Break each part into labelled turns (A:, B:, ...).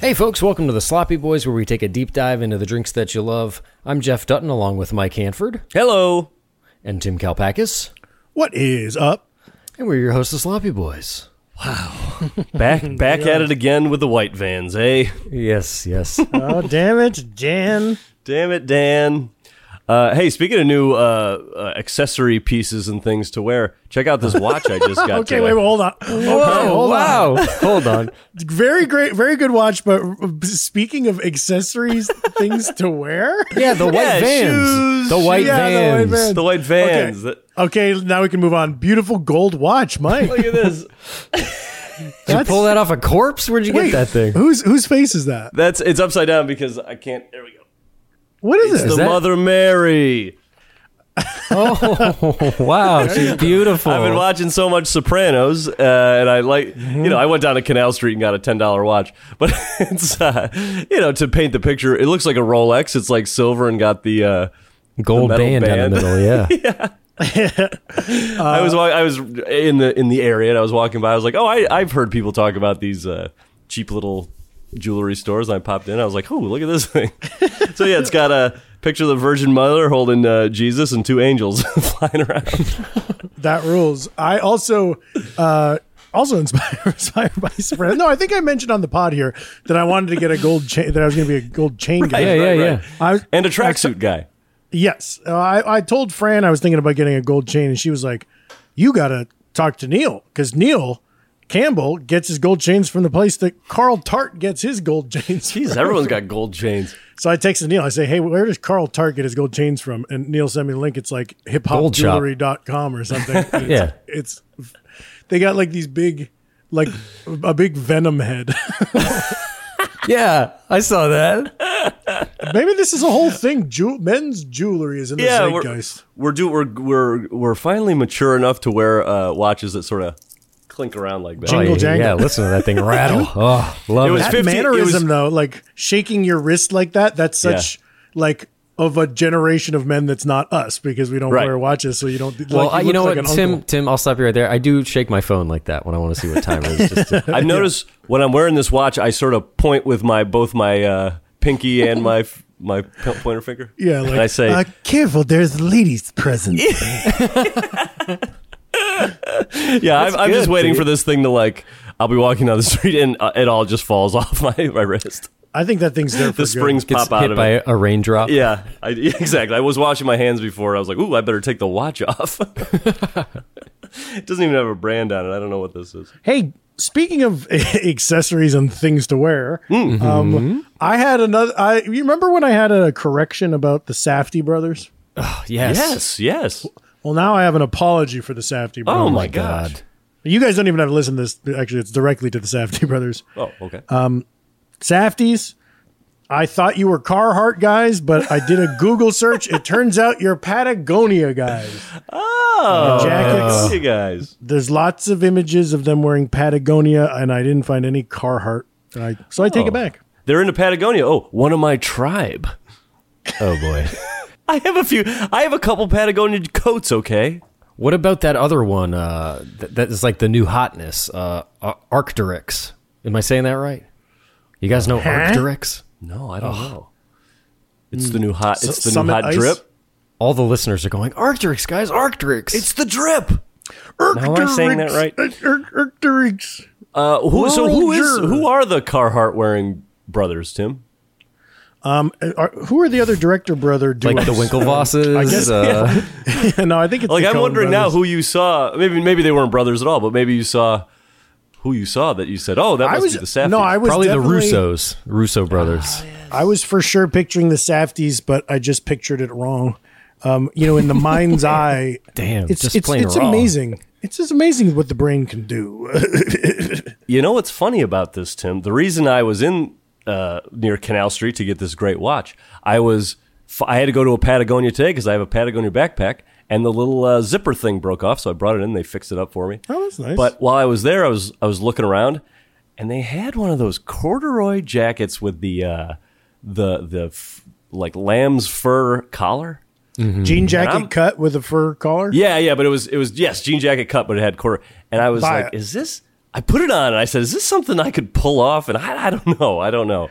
A: Hey, folks, welcome to the Sloppy Boys, where we take a deep dive into the drinks that you love. I'm Jeff Dutton, along with Mike Hanford
B: Hello.
A: and Tim Kalpakis,
C: What is up?
A: and we're your hosts, the Sloppy Boys.
B: Back back at it again with the white vans, eh?
A: Yes, yes.
C: Oh, damn it, Dan.
B: Damn it, Dan. Uh, hey, speaking of new uh, uh, accessory pieces and things to wear, check out this watch I just got.
C: Okay,
B: today.
C: wait, well, hold on. Okay, hold
A: wow.
C: on.
A: Hold on.
C: Very great, very good watch. But speaking of accessories, things to wear.
A: Yeah, the white
B: Yeah,
A: vans.
B: shoes,
A: the white
C: yeah, the white
A: vans.
C: vans.
B: The white vans.
C: Okay. okay, now we can move on. Beautiful gold watch, Mike.
B: Look at this.
A: Did you
C: That's-
A: pull that off a corpse? Where'd you
C: Wait,
A: get that thing?
C: Whose whose face is that?
B: That's it's upside down because I can't. There we go.
C: What is
B: the
C: this?
A: that-
B: Mother Mary.
A: Oh, wow. She's beautiful.
B: I've been
C: Oh.
B: watching so much Sopranos, uh, and I like you know I went down to Canal Street and got a ten dollar watch, but it's uh, you know to paint the picture, it looks like a Rolex. It's like silver and got the. Uh,
A: Gold
B: the metal
A: band, down
B: band.
A: the middle, yeah.
B: I was wa- I was in the in the area and I was walking by. I was like, oh, I I've heard people talk about these uh, cheap little jewelry stores. And I popped in. I was like, oh, look at this thing. so yeah, it's got a picture of the Virgin Mother holding uh, Jesus and two angels flying around.
C: That rules. I also uh also inspired, inspired by Sopranos. No, I think I mentioned on the pod here that I wanted to get a gold chain. That I was going to be a gold chain guy.
A: Yeah, yeah, yeah.
C: I was,
B: And a tracksuit guy.
C: Yes, uh, I, I told Fran I was thinking about getting a gold chain, and she was like, "You gotta talk to Neil because Neil Campbell gets his gold chains from the place that Carl Tart gets his gold chains." from."
B: Jeez, everyone's got gold chains.
C: So I texted Neil. I say, "Hey, where does Carl Tart get his gold chains from?" And Neil sent me a link. It's like
A: shop.
C: hiphopjewelry.com or something. And
A: Yeah.
C: it's, it's they got like these big, like a big venom head.
A: Yeah, I saw that.
C: Maybe this is a whole thing. Jew- men's jewelry is in the
B: Yeah, we're,
C: zeitgeist.
B: we're do we're we're we're finally mature enough to wear uh, watches that sort of clink around like that.
C: Jing- Jingle
A: yeah,
C: jangle.
A: yeah, listen to that thing rattle. Oh, love it.
B: It was
C: that
B: 50 it was-
C: mannerism though like shaking your wrist like that that's such like of a generation of men that's not us because we don't
B: Right.
C: wear watches so you don't like,
A: Well, I- you
C: look
A: know
C: like
A: what,
C: an
A: Tim?
C: uncle.
A: Tim, I'll stop you right there. I do shake my phone like that when I want to see what time it is. Just to,
B: I've noticed when I'm wearing this watch, I sort of point with my both my uh, pinky and my f- my p- pointer finger.
C: yeah like
B: and I say,
C: uh, careful there's ladies present
B: yeah, I'm, I'm just
A: good,
B: waiting
A: dude.
B: for this thing to like. I'll be walking down the street and uh, it all just falls off my, my wrist.
C: i think that thing's there for
B: The
C: good.
B: springs
A: gets
B: pop out
A: hit
B: of
A: by
B: it.
A: a raindrop.
B: Yeah, I, yeah, exactly. I was washing my hands before. and I was like, "Ooh, I better take the watch off." it doesn't even have a brand on it. I don't know what this is.
C: hey speaking of accessories and things to wear
B: Mm-hmm.
C: um, i had another i you remember when i had a correction about the safty brothers
A: Yes.
B: Yes, yes.
C: well now i have an apology for the safty
B: Oh,
C: brothers
B: my,
A: my
B: gosh.
A: God.
C: you guys don't even have to listen to this actually it's directly to the safty brothers
B: Oh, okay.
C: Uh, Safties, I thought you were Carhartt guys, but I did a Google search. It turns out you're Patagonia guys.
B: oh,
C: jackets.
B: you guys.
C: There's lots of images of them wearing Patagonia, and I didn't find any Carhartt. I, so I take it back.
B: They're into Patagonia. Oh, one of my tribe.
A: Oh boy.
B: I have a few. I have a couple Patagonia coats. Okay.
A: What about that other one? Uh, that, that is like the new hotness. Uh, Ar- Arcturix. Am I saying that right? You guys know Arcturix?
B: No, I don't know. It's the new hot. It's the new
C: Summit
B: hot
C: Ice?
B: drip.
A: All the listeners are going Arcturix, guys. Arcturix.
B: It's the drip.
C: Now,
B: am I saying that right?
C: Arcturix.
B: Uh, who, so who is
C: Roger.
B: who are the Carhartt wearing brothers, Tim?
C: Uh, are- Who are the other director brother doing?
A: like the Winklevosses.
C: I guess-
A: uh,
C: no, I think it's
B: Like
C: the
B: I'm
C: Coen
B: wondering now
C: brothers.
B: who you saw. Maybe maybe they weren't brothers at all, but maybe you saw who you saw that you said, "Oh, that
C: I
B: must
C: was
B: be the Safdies.
C: no, I was
A: Probably the
C: definitely-
A: Russos, Russo brothers.
C: I was for sure picturing the Safties, but I just pictured it wrong. Um, you know, in the mind's eye,
A: Damn,
C: it's
A: just
C: it's,
A: plain
C: it's
A: raw.
C: amazing. It's just amazing what the brain can do.
B: You know what's funny about this, Tim? The reason I was in uh, near Canal Street to get this great watch, I was f- I had to go to a Patagonia today because I have a Patagonia backpack, and the little uh, zipper thing broke off, so I brought it in. They fixed it up for me.
C: Oh, that's nice.
B: But while I was there, I was I was looking around, and they had one of those corduroy jackets with the uh, the the f- like lamb's fur collar.
C: Jean
B: Mm. I'm-
C: jacket cut with a fur collar.
B: Yeah, yeah, but it was it was yes, jean jacket cut, but it had quarter. And I was
C: Buy
B: like,
C: it.
B: is this? I put it on and I said, "Is this something I could pull off?" And I, I don't know. I don't know.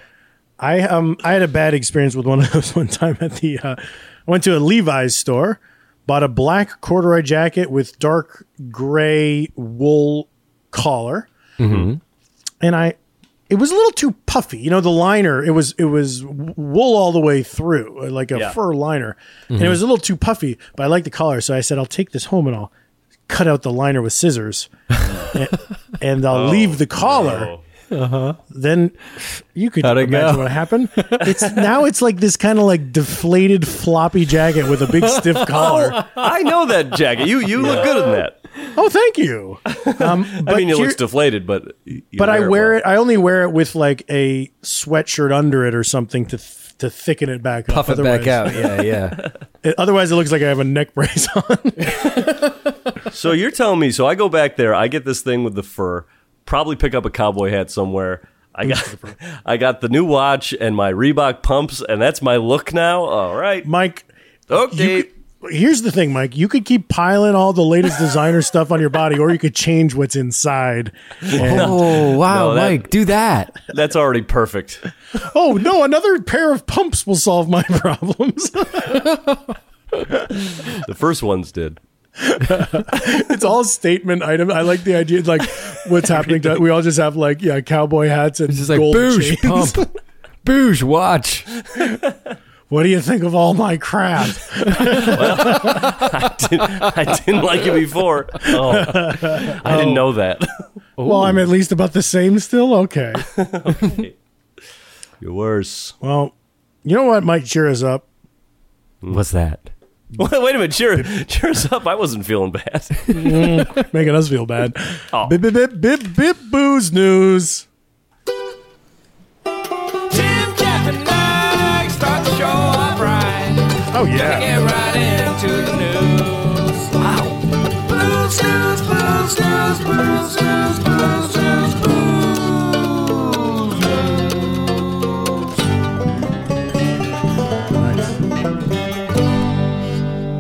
C: I um I had a bad experience with one of those one time at the uh, I went to a Levi's store, bought a black corduroy jacket with dark gray wool collar,
B: Mm-hmm.
C: and I it was a little too puffy. You know the liner it was it was wool all the way through uh, like a
B: Yeah. Mm-hmm.
C: fur liner, and it was a little too puffy. But I liked the collar, so I said I'll take this home and I'll cut out the liner with scissors, and, and I'll leave the collar
B: Oh, No.
C: then you could
A: How'd it
C: imagine
A: go?
C: what happened. It's now it's like this kind of like deflated floppy jacket with a big stiff collar.
B: I know that jacket. You you look good in that.
C: Oh, thank you. Um,
B: I
C: but
B: mean, it
C: here-
B: looks deflated, but you
C: but I wear
B: well.
C: it. I only wear it with like a sweatshirt under it or something to th- to thicken it back
A: Puff
C: up.
A: it back out.
C: Otherwise-
A: Yeah, yeah.
C: it- otherwise, it looks like I have a neck brace on.
B: So you're telling me? So I go back there. I get this thing with the fur. Probably pick up a cowboy hat somewhere. I got I got the new watch and my Reebok pumps, and that's my look now. All right.
C: Mike,
B: Okay.
C: you could- here's the thing, Mike. You could keep piling all the latest designer stuff on your body, or you could change what's inside. And-
A: Oh wow,
B: No, that-
A: Mike, do that.
B: that's already perfect.
C: oh no, another pair of pumps will solve my problems.
B: The first ones did.
C: it's all statement item. I like the idea, like what's happening. To, we all just have like yeah, cowboy hats and
A: It's just like
C: gold
A: boosh
C: chains.
A: pump, boosh watch.
C: What do you think of all my crap?
B: I didn't like it before. Oh, I didn't know that.
C: Well, I'm at least about the same still. Okay.
B: You're worse.
C: Well, you know what might cheer us up?
A: What's that?
B: Wait a minute. Cheer, cheer us up. I wasn't feeling bad.
C: Making us feel bad.
B: Oh.
C: Bip bip bip bip bip booze news.
D: Tim, Jeff, and Mike start the show off right.
C: Oh yeah.
D: Get right into the news. Wow. Blues news, blues news, blues news, blues news, blues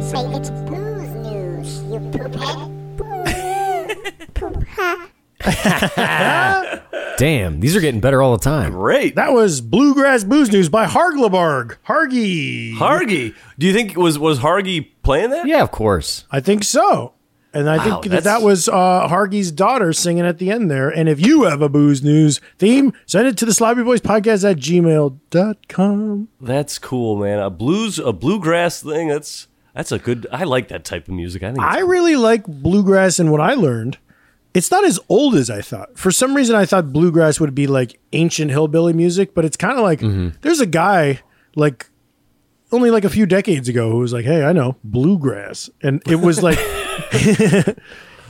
E: Say it's booze news, you poophead. Boo. Poop ha.
A: Damn, these are getting better all the time.
B: Great.
C: That was bluegrass booze news by Harglabarg. Hargy.
B: Hargy. Do you think was was Hargy playing that?
A: Yeah, of course.
C: I think so. And I think that
B: that's-
C: that was uh, Hargy's daughter singing at the end there. And if you have a booze news theme, send it to the sloppy boys podcast at gmail.com.
B: That's cool, man. A blues, a bluegrass thing. That's that's a good. I like that type of music. I think.
C: I
B: it's-
C: really like bluegrass. And what I learned, it's not as old as I thought. For some reason, I thought bluegrass would be like ancient hillbilly music, but it's kind of like
B: Mm-hmm.
C: there's a guy like only like a few decades ago who was like, "Hey, I know bluegrass," and it was like.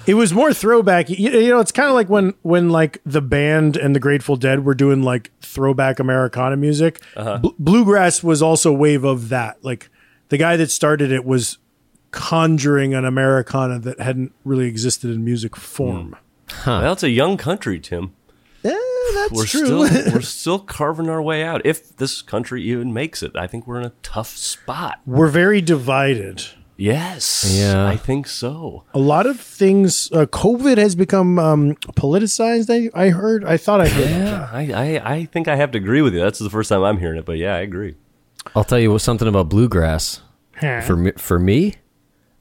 C: It was more throwback. You, you know, it's kind of like when when like the band and the Grateful Dead were doing like throwback Americana music.
B: Uh-huh.
C: Bl- bluegrass was also a wave of that. Like the guy that started it was conjuring an Americana that hadn't really existed in music form.
B: well, it's a young country, Tim.
C: Eh, that's
B: We're still
C: true.
B: we're still carving our way out. If this country even makes it, I think we're in a tough spot.
C: we're very divided.
B: Yes.
A: Yeah.
B: I think so.
C: A lot of things. Uh, COVID has become um, politicized. I, I heard. I thought I heard.
B: Yeah. I, I I think I have to agree with you. That's the first time I'm hearing it, but yeah, I agree.
A: I'll tell you what, something about bluegrass. For me, for me,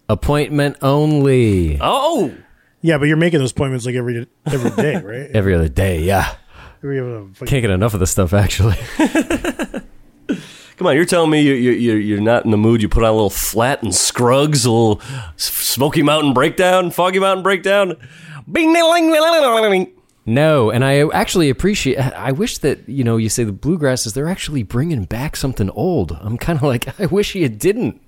A: appointment only.
B: Oh,
C: Yeah, but you're making those appointments like every every day, right?
A: Every other day, yeah.
C: every, every,
A: Can't get enough of this stuff, actually.
B: come on! You're telling me you you you're, you're not in the mood. You put on a little flat and scrugs, a little S- Smoky Mountain breakdown, Foggy Mountain breakdown. Bing, ding, ding, ding, ding, ding.
A: No, and I actually appreciate. I wish that you know you say the bluegrasses. They're actually bringing back something old. I'm kind of like, I wish you didn't.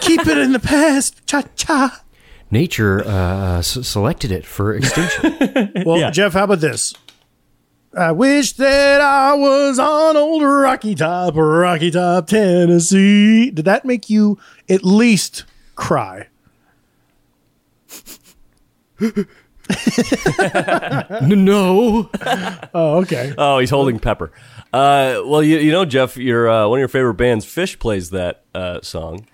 C: Keep it in the past. Cha cha.
A: Nature uh, s- selected it for extinction.
C: Well, Jeff, how about this? I wish that I was on old Rocky Top, Rocky Top, Tennessee. Did that make you at least cry?
A: N- no,
C: Oh, okay.
B: Oh, he's holding Pepper. Uh, well, you, you know, Jeff, your uh, one of your favorite bands, Fish, plays that uh, song,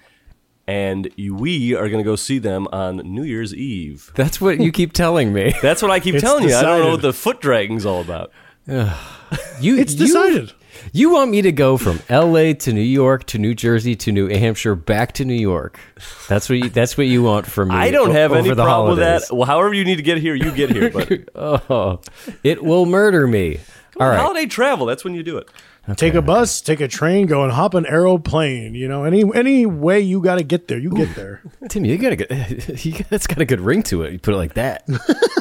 B: and you, we are going to go see them on New Year's Eve.
A: That's what you keep telling me.
B: That's what I keep
C: It's
B: telling you. I don't know
C: decided.
B: what the foot dragging's all about.
A: You,
C: It's decided.
A: You, want me to go from L.A. to New York to New Jersey to New Hampshire back to New York? That's what you, that's what you want from me.
B: I don't
A: o-
B: have any
A: over the
B: problem
A: holidays.
B: with that. Well, however you need to get here, you get here. But
A: Oh, it will murder me. All right.
B: holiday travel—that's when you do it.
C: Take a bus, take a train, go and hop an aeroplane. You know, any any way you got to get there, you get there.
A: Tim, you got a good, you got, that's got a good ring to it. You put it like that.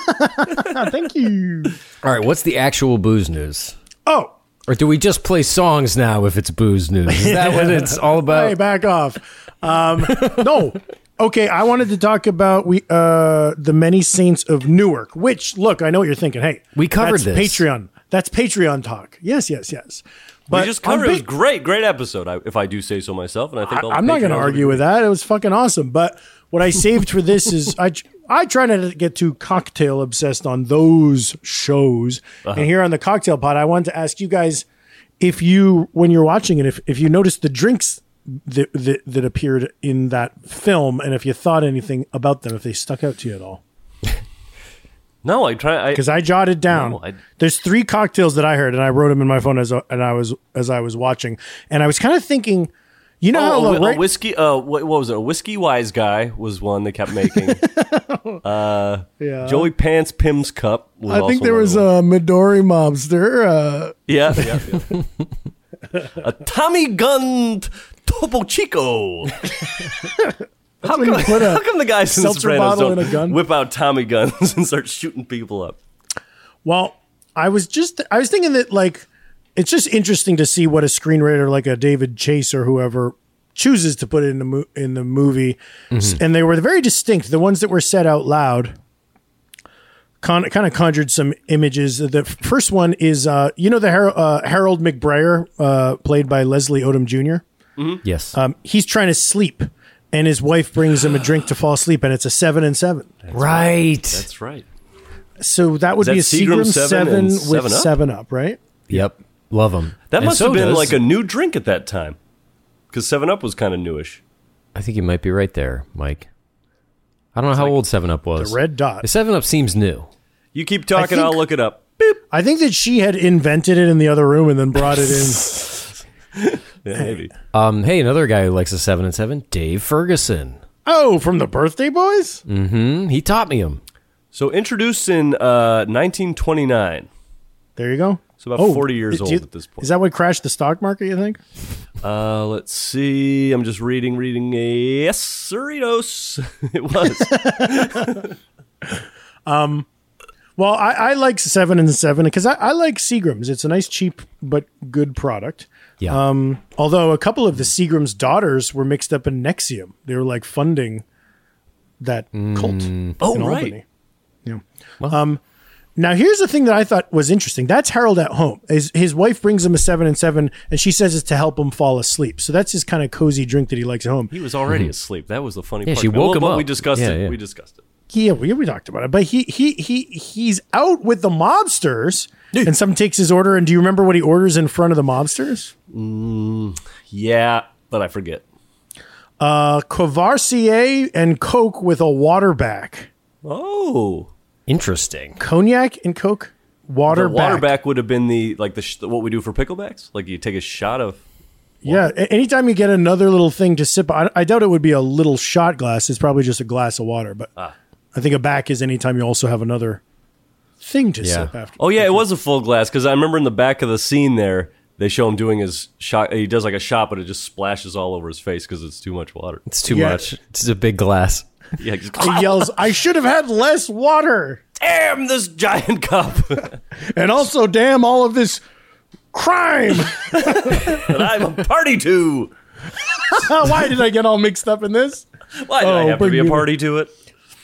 C: Ah, thank you.
A: All right, what's the actual booze news?
C: Oh,
A: Or do we just play songs now if it's booze news? Is that what it's all
C: hey,
A: about?
C: back off. Um, no. Okay, I wanted to talk about we uh the many saints of Newark, which look, I know what you're thinking. Hey,
A: We covered
C: that's
A: this.
C: Patreon. That's Patreon talk. Yes, yes, yes. But
B: we just covered it.
C: on
B: It was
C: Pat-
B: great, great episode. I, if I do say so myself, and I think
C: I, am not going to argue with that. It was fucking awesome. But what I saved for this is I tr- I try not to get too cocktail obsessed on those shows.
B: Uh-huh.
C: And here on the cocktail pod, I wanted to ask you guys if you when you're watching it, if if you noticed the drinks that that, that appeared in that film, and if you thought anything about them, if they stuck out to you at all.
B: No, I try. I,
C: Because I jotted down.
B: No, I-
C: There's three cocktails that I heard, and I wrote them in my phone as and I was as I was watching, and I was kind of thinking, you know how
B: oh,
C: like,
B: a,
C: right-
B: a whiskey. Uh, what, what was it? A whiskey wise guy was one they kept making. Uh,
C: yeah.
B: Joey Pants Pim's cup. Was
C: I
B: also
C: think there
B: one of
C: was
B: them.
C: a Midori mobster. Uh,
B: yeah, yeah, yeah. a Tommy Gun t- Topo Chico. How
C: when you
B: come,
C: put a
B: how come the guys in the
C: seltzer
B: Sopranos
C: bottle
B: don't
C: in a gun?
B: whip out Tommy guns and start shooting people up?
C: well, I was just I was thinking that like it's just interesting to see what a screenwriter like a David Chase or whoever chooses to put in the mo- in the movie, S- and they were very distinct. The ones that were said out loud. Con- kind of conjured some images. The first one is, uh, you know, the Har- uh, Harold McBrayer, uh, played by Leslie Odom Jr.
A: Yes.
C: Um, he's trying to sleep, and his wife brings him a drink to fall asleep, and it's a seven and seven.
A: right.
B: That's right.
C: So that would
B: Is
C: be a
B: that Seagram
C: Seagram
B: seven
C: seven,
B: and
C: with
B: seven
C: seven
B: up?
C: up? right?
A: Yep. Love them.
B: That must have been like a new drink at that time, because Seven Up was kind of newish.
A: I think you might be right there, Mike. I don't know how old Seven Up was.
C: The red dot.
A: The Seven Up seems new.
B: You keep talking,
C: think-
B: I'll look it up.
C: I think that she had invented it in the other room and then brought it in.
B: Yeah, maybe.
A: Um, hey, another guy who likes a seven and seven, Dave Ferguson.
C: oh, from the Birthday Boys.
A: Hmm, He taught me him.
B: So introduced in uh, 1929.
C: There you go. Oh,
B: So about 40 years
C: do
B: old
C: you-
B: at this point.
C: Is that what crashed the stock market? You think?
B: Uh, let's see. I'm just reading, reading. Yes, Cerritos. it was.
C: Well, I, I like seven and seven because I, I like Seagrams. It's a nice, cheap but good product.
A: Yeah. Um,
C: Although a couple of the Seagram's daughters were mixed up in Nexium, they were like funding that cult.
B: Oh,
C: in
B: right.
C: Albany. Yeah. um, now here's the thing that I thought was interesting. That's Harold at home. His, his wife brings him a seven and seven, and she says it's to help him fall asleep. So that's his kind of cozy drink that he likes at home.
B: he was already asleep. That was the funny
A: Yeah,
B: part.
A: she
B: about it.
A: woke
B: Well,
A: him
B: but
A: up.
B: We discussed
A: Yeah,
B: it.
A: yeah.
B: We discussed it.
C: Yeah, we, we talked about it, but he he he he's out with the mobsters, and some takes his order. And do you remember what he orders in front of the mobsters?
B: Yeah, but I forget.
C: A Courvoisier and Coke with a water back.
B: Oh,
A: Interesting.
C: cognac and coke water
B: the water
C: back.
B: back would have been the like the sh- what we do for picklebacks. Like you take a shot of.
C: yeah a- anytime you get another little thing to sip I, I doubt it would be a little shot glass it's probably just a glass of water but
B: Ah.
C: i think a back is anytime you also have another thing to
A: Yeah.
C: sip after
B: Oh yeah, it was a full glass because I remember in the back of the scene there they show him doing his shot. He does like a shot, but it just splashes all over his face because it's too much water.
A: It's too
C: Yeah.
A: much. It's a big glass.
B: Yeah, just,
C: he yells i should have had less water
B: damn this giant cup that
C: and also damn all of this crime
B: I'm a party to.
C: why did i get all mixed up in this
B: Why did I
C: Oh,
B: have to
C: bring
B: be a
C: me-
B: party to it?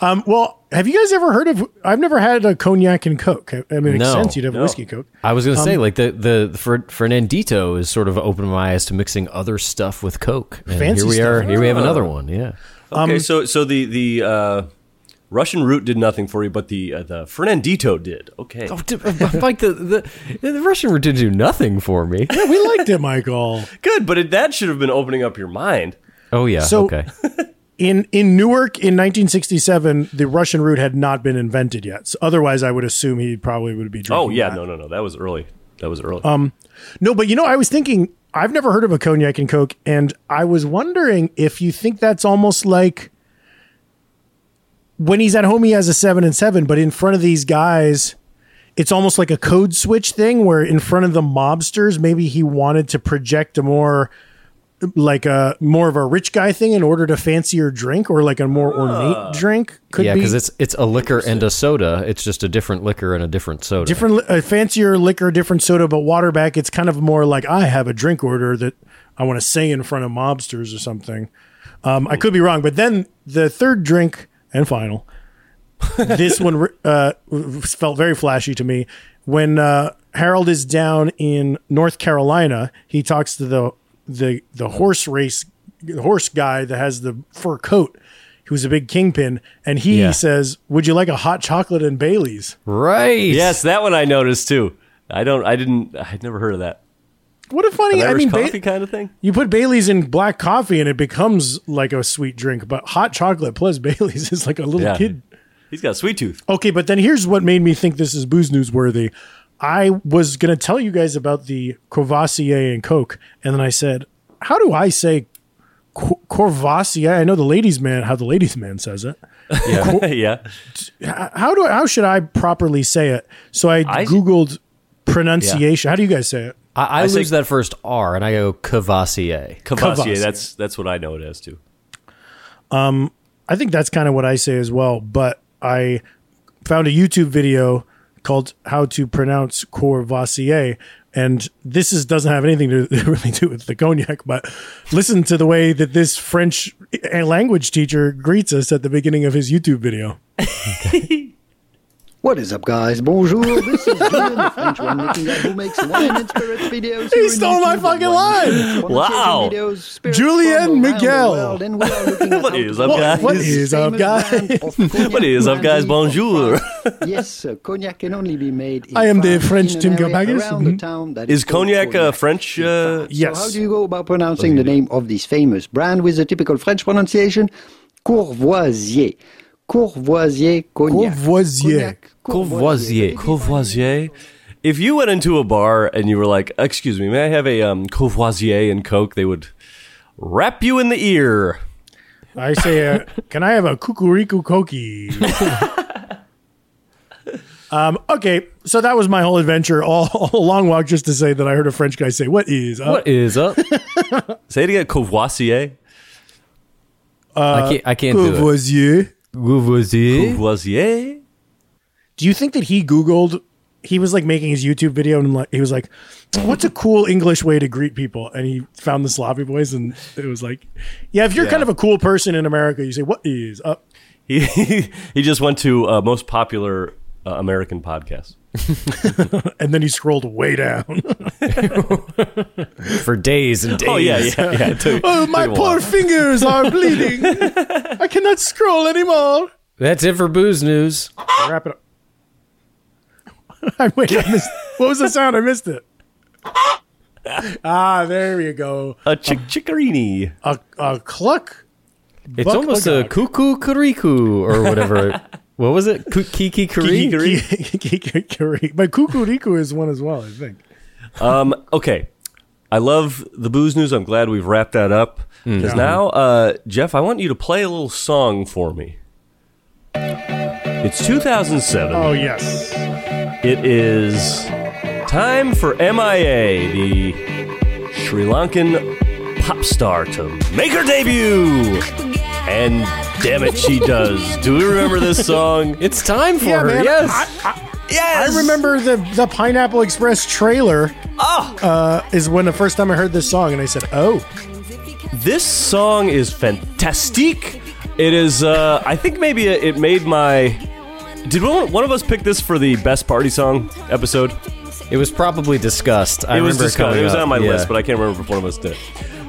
C: um, well have you guys ever heard of i've never had a cognac and coke i, I mean it makes
A: No,
C: sense you'd have
B: no.
C: whiskey coke
A: I was going to say,
C: Um,
A: like, the, the, the Fer- Fernandito is sort of opened my eyes to mixing other stuff with Coke. And
C: Fancy
A: here we
C: stuff. Ah.
A: are. Here we have another one. Yeah.
C: Um,
B: Okay, so so the the uh, Russian root did nothing for you, but the uh, the Fernandito did. Okay,
C: Oh.
A: uh, like, the, the, the Russian root didn't do nothing for me.
C: yeah, we liked it michael
B: good, but it, that should have been opening up your mind.
A: Oh yeah.
C: So-
A: okay.
C: In in Newark in 1967, the Russian route had not been invented yet. So otherwise, I would assume he probably would be drinking.
B: Oh yeah,
C: that. Um,
B: no, no, no. That was early. That was early.
C: No, but you know, I was thinking I've never heard of a cognac and coke, and I was wondering if you think that's almost like when he's at home, he has a seven and seven, but in front of these guys, it's almost like a code switch thing where in front of the mobsters, maybe he wanted to project a more like a more of a rich guy thing in order to fancier drink or like a more ornate drink could
A: yeah,
C: be
A: because it's it's a liquor and a soda. It's just a different liquor and a different soda.
C: different li- uh, fancier liquor different soda but water back it's kind of more like i have a drink order that i want to say in front of mobsters or something um, i could be wrong but then the third drink and final this one uh, felt very flashy to me when uh, harold is down in north carolina he talks to the the the horse race the horse guy that has the fur coat who's a big kingpin and he
A: Yeah.
C: says would you like a hot chocolate and baileys
A: Right.
B: yes, that one I noticed too. I don't. I didn't. I'd never heard of that.
C: What a funny! I
B: Irish
C: mean,
B: coffee
C: ba-
B: kind of thing.
C: you put Bailey's in black coffee and it becomes like a sweet drink, but hot chocolate plus Bailey's is like a little
B: Yeah.
C: kid.
B: He's got a sweet tooth.
C: Okay, but then here's what made me think this is booze newsworthy. I was gonna tell you guys about the Courvoisier and Coke, and then I said, "How do I say Cour- Courvoisier?" I know the ladies' man how the ladies' man says it. Oh,
B: Yeah, yeah.
C: How do I, how should I properly say it? So I,
B: I-
C: googled pronunciation. How do you guys say it?
A: I, I,
B: I
A: lose
B: say-
A: that first R and I go Cavassier.
B: Cavassier.
C: Cavassier.
B: That's that's what I know it as too.
C: I think that's kind of what I say as well. But I found a YouTube video called "How to Pronounce Courvoisier," and this is doesn't have anything to really do with the cognac. But listen to the way that this French eh, language teacher greets us at the beginning of his YouTube video.
F: What is up, guys? Bonjour. This is Julian, the French winemaking guy who makes wine and spirits videos.
C: He
F: here on
C: stole my
F: YouTube.
C: fucking
F: Wine
C: line!
F: and spirits,
B: Wow.
F: videos, spirits
C: Julian
F: from around the
C: Miguel.
F: world, and we are looking at
B: What
F: how
B: is
F: to
B: up,
F: make
B: guys?
C: What
F: this
C: is up,
F: famous brand
C: guys?
F: of cognac
B: What is up, guys?
F: brandy from
B: Bonjour.
F: France. yes, uh, cognac can only be made. In
C: I am the
F: France,
C: French
F: in an
C: Tim
F: area
C: Gabbagas.
F: around the
C: Mhm.
F: town that
B: Is
F: called
B: cognac uh, French? Uh,
C: Yes.
F: So how do you go about pronouncing the name of this famous brand with the typical French pronunciation? Courvoisier. Courvoisier cognac.
C: Courvoisier.
F: Cognac,
B: Courvoisier. Courvoisier. If you went into a bar and you were like, "Excuse me, may I have a um, Courvoisier and Coke?" They would wrap you in the ear.
C: I say, uh, "Can I have a kukuriku koki?" um, okay, so that was my whole adventure, all, all a long walk, just to say that I heard a French guy say, "What is up?"
A: What is up?
B: Say it again, Courvoisier.
C: Uh,
A: I can't. I can't do it.
C: Courvoisier.
A: Courvoisier.
B: Courvoisier.
C: Do you think that he Googled? He was like making his YouTube video, and like he was like, "What's a cool English way to greet people?" And he found the sloppy boys, and it was like, "Yeah, if you're kind of a cool person in America, you say what is up."
B: He he just went to uh, most popular uh, American podcast.
C: And then he scrolled way down.
A: for days and days.
B: Oh yeah, yeah, yeah. It took-
C: oh,
B: took
C: my
B: a while.
C: poor fingers are bleeding. I cannot scroll anymore.
A: That's it for booze news.
C: Wrap it up. I wait. I missed. What was the sound? I missed it. Ah, there you go.
B: a chick chicorini.
C: A, a cluck.
A: It's
C: Buck
A: almost a
C: Lookout.
A: cuckoo kuriku or whatever. what was it? Ku- Kiki kiri.
C: Kikikiri. But Kukuriku is one as well, I think.
B: Um, okay. I love the booze news. I'm glad we've wrapped that up.
C: Mm.
B: Because now, uh, Jeff, I want you to play a little song for me. It's 2007.
C: Oh yes.
B: It is time for MIA, the Sri Lankan pop star to make her debut. And damn it, she does. Do we remember this song?
A: It's time for her.
C: man,
A: yes.
B: Yes!
C: I remember the the Pineapple Express trailer. Uh, is when the first time I heard this song, and I said, "Oh,
B: This song is fantastic. It is. Uh, I think maybe it it made my. Did one, one of us pick this for the best party song episode?
A: it was probably discussed. I
B: it was
A: remember
B: discussed.
A: coming
B: It was
A: up.
B: on my
A: Yeah.
B: list, but I can't remember if one of us did.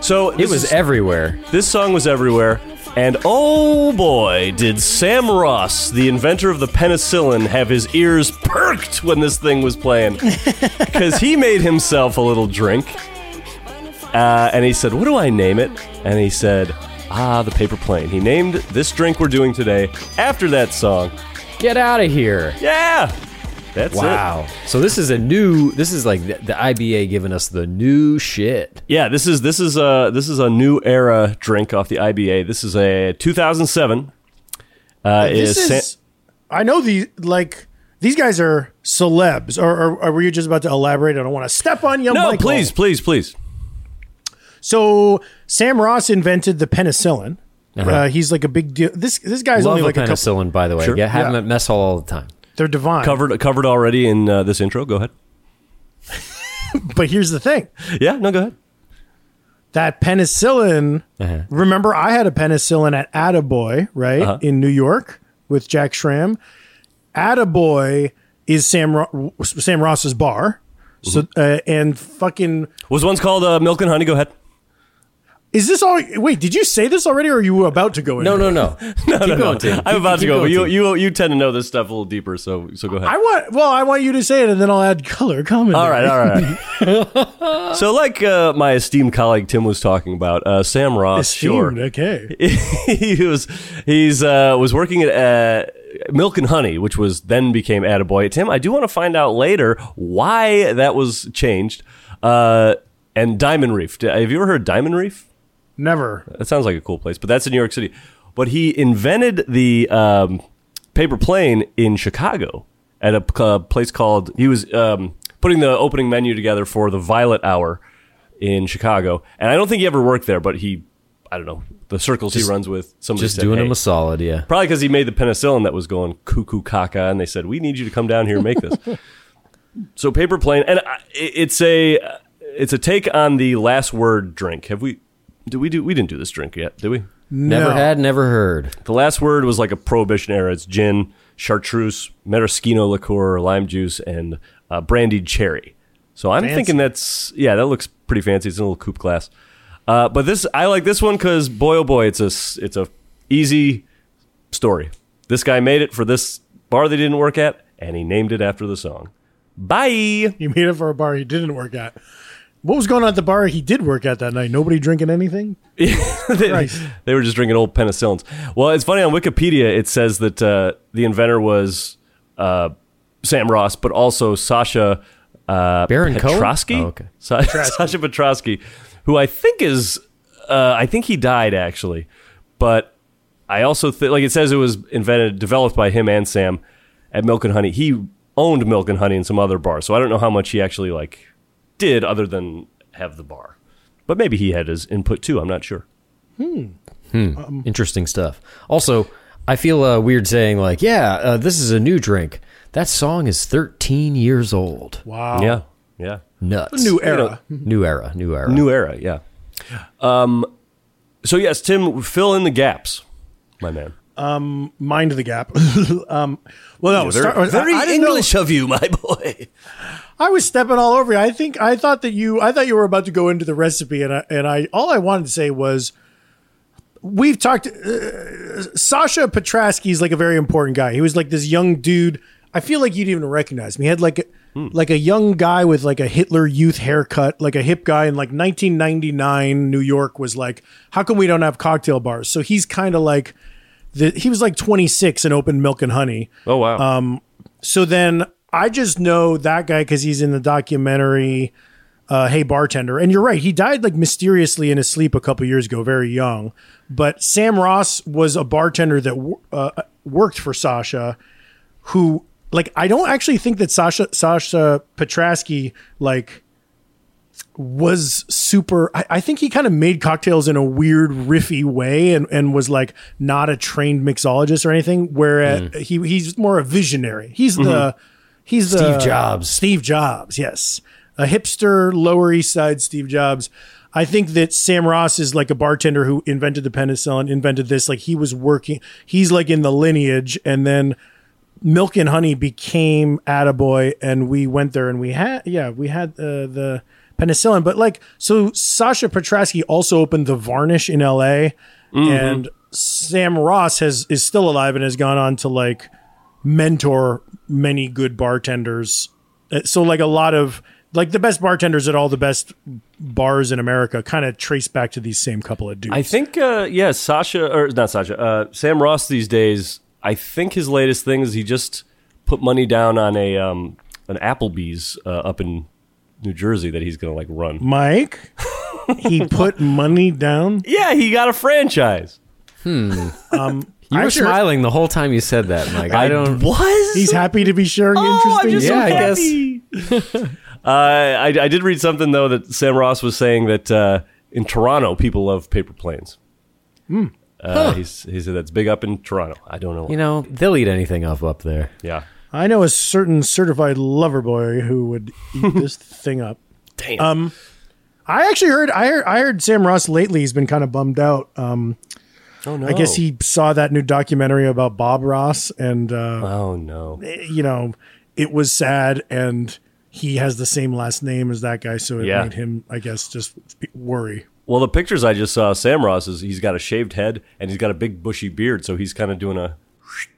B: So
A: it was everywhere.
B: This song was everywhere, and oh boy, did Sam Ross, the inventor of the penicillin, have his ears perked when this thing was playing. Because he made himself a little drink. Uh, and he said, What do I name it? And he said, Ah, the paper plane. He named this drink we're doing today after that song.
A: Get out of here.
B: Yeah! That's it.
A: Wow. So this is a new. This is like the, the IBA giving us the new shit.
B: Yeah, this is this is a this is a new era drink off the IBA. This is a 2007. Uh,
C: This
B: San-
C: is. I know these like these guys are celebs. Or, or, or were you just about to elaborate? I don't want to step on you.
B: no,
C: Michael.
B: please, please, please.
C: So Sam Ross invented the penicillin. uh he's like a big deal. This this guy's
A: Uh-huh. Love
C: only
A: a
C: like a couple.
A: penicillin, by the way.
B: Sure.
A: Yeah, have them
C: Yeah.
A: at mess hall all the time.
C: They're divine.
B: Covered covered already in uh, this intro. Go ahead.
C: But here's the thing:
B: Yeah, no, go ahead.
C: that penicillin.
A: Uh-huh.
C: Remember, I had a penicillin at Attaboy, right
B: Uh-huh.
C: in New York with Jack Schramm. Attaboy is Sam Ro- Sam Ross's bar. So
B: Mm-hmm.
C: uh, and fucking
B: Was one's called uh, Milk and Honey. Go ahead.
C: is this all? Wait, did you say this already, or are you about to go?
A: No,
C: into
A: no, no. no keep going, Tim.
B: I'm
A: Keep-
B: about to
A: keep
B: go, but
A: going,
B: you,
A: Tim.
B: you you tend to know this stuff a little deeper, so so go ahead.
C: I want. Well, I want you to say it, and then I'll add color commentary.
B: all right, all right. all right. so, like uh, my esteemed colleague Tim was talking about, uh, Sam Ross,
C: Esteemed,
B: sure,
C: Okay.
B: he was he's uh, was working at uh, Milk and Honey, which was then became Attaboy. Tim, I do want to find out later why that was changed. Uh, and Diamond Reef. D- Have you ever heard Diamond Reef?
C: Never.
B: That sounds like a cool place, but that's in New York City. But he invented the um, paper plane in Chicago at a p- uh, place called. He was um, putting the opening menu together for the Violet Hour in Chicago, and I don't think he ever worked there, but he, I don't know, the circles he runs with. Somebody
A: Just
B: said,
A: doing
B: "Hey."
A: him a solid, yeah.
B: Probably because he made the penicillin that was going cuckoo caca, and they said, "We need you to come down here and make this." so paper plane, and I, it- it's a it's a take on the last word drink. Have we? Do we do? We didn't do this drink yet, did we?
A: Never
C: No.
A: had, never heard.
B: The last word was like a prohibition era. It's gin, chartreuse, maraschino liqueur, lime juice, and uh, brandied cherry. So I'm
C: Fancy.
B: thinking that's yeah, that looks pretty fancy. It's in a little coupe glass. Uh, but this I like this one because boy oh boy, it's a s- it's a easy story. This guy made it for this bar they didn't work at, and he named it after the song. Bye.
C: You made it for a bar he didn't work at. What was going on at the bar he did work at that night? Nobody drinking anything?
B: they,
C: Christ.
B: they were just drinking old penicillins. Well, it's funny on Wikipedia it says that uh, the inventor was uh, Sam Ross, but also Sasha uh,
A: Baron Cohen?
B: Petrosky.
A: Oh, okay.
B: Sa- Sasha Petrosky, who I think is, uh, I think he died actually, but I also think like it says it was invented, developed by him and Sam at Milk and Honey. He owned Milk and Honey and some other bars, so I don't know how much he actually like did other than have the bar. But maybe he had his input too. I'm not sure.
A: Interesting stuff. Also, I feel uh, weird saying like, yeah, uh, this is a new drink. That song is 13 years old.
C: Wow.
B: Yeah, yeah.
A: Nuts.
C: New era.
A: New era. New era.
B: New era, yeah. Um, so yes, Tim, fill in the gaps, my man.
C: Mind the gap. um, well, no, start- I- I, didn't know-
B: of you, my boy.
C: I was stepping all over you. I think I thought that you. I thought you were about to go into the recipe, and I, and I all I wanted to say was, we've talked. Uh, Sasha Petrasky is like a very important guy. He was like this young dude. I feel like you'd even recognize him. He had like a, like a young guy with like a Hitler Youth haircut, like a hip guy. In like 1999, New York was like, how come we don't have cocktail bars? So he's kind of like. The, he was like 26 and opened Milk and Honey.
B: Oh wow.
C: Um, So then I just know that guy because he's in the documentary uh, Hey Bartender. And you're right, he died like mysteriously in his sleep a couple years ago, very young. But Sam Ross was a bartender that wo- uh, worked for Sasha, who like I don't actually think that Sasha Sasha Petrasky like was super I, I think he kind of made cocktails in a weird riffy way and, and was like not a trained mixologist or anything whereas he he's more a visionary he's the he's Steve the
A: Jobs.
C: Steve Jobs yes a hipster lower east side Steve Jobs I think that Sam Ross is like a bartender who invented the penicillin invented this like he was working he's like in the lineage and then Milk and Honey became Attaboy, and we went there and we had, yeah, we had uh, the penicillin. But like, so Sasha Petrasky also opened the Varnish in L.A.,
B: Mm-hmm.
C: and Sam Ross has is still alive and has gone on to like mentor many good bartenders. Uh, So like a lot of like the best bartenders at all the best bars in America kind of trace back to these same couple of dudes.
B: I think, uh, yeah, Sasha, or not Sasha, uh, Sam Ross these days, I think his latest thing is he just put money down on a um, an Applebee's uh, up in New Jersey that he's going to like run.
C: Mike, he put money down.
B: Yeah, he got a franchise.
A: You
C: I'm
A: were
C: sure-
A: smiling the whole time you said that, Mike. I don't.
B: Was?
C: He's happy to be sharing
B: Oh, I'm
C: interesting.
B: just so
A: Yeah, I guess.
B: happy. uh, I, I did read something though that Sam Ross was saying that uh, in Toronto people love paper planes.
C: Hmm.
B: Uh, he's, he said that's big up in Toronto. I don't know.
A: You know, they'll eat anything up up there.
B: yeah.
C: I know a certain certified lover boy who would eat this thing up. Um,
B: Damn.
C: I actually heard I heard I heard Sam Ross lately has been kind of bummed out. Um,
B: oh no.
C: I guess he saw that new documentary about Bob Ross, and uh,
B: Oh no.
C: you know, it was sad, and he has the same last name as that guy, so it
B: Yeah.
C: made him, I guess, just worry.
B: Well, the pictures I just saw, Sam Ross is he's got a shaved head and he's got a big bushy beard, so he's kind of doing a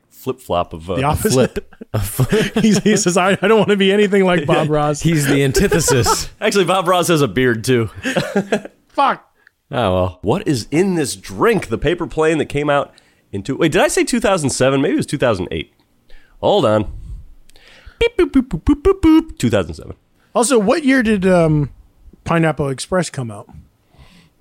B: flip flop of uh,
C: The opposite. he, he says, I, "I don't want to be anything like Bob Ross."
A: He's the antithesis.
B: Actually, Bob Ross has a beard too. Ah,
C: Fuck.
A: Oh well.
B: What is in this drink? The paper plane that came out in two. Wait, did I say 2007? Maybe it was 2008. Hold on. Beep, boop, boop, boop, boop, boop, boop. 2007.
C: Also, what year did um, Pineapple Express come out?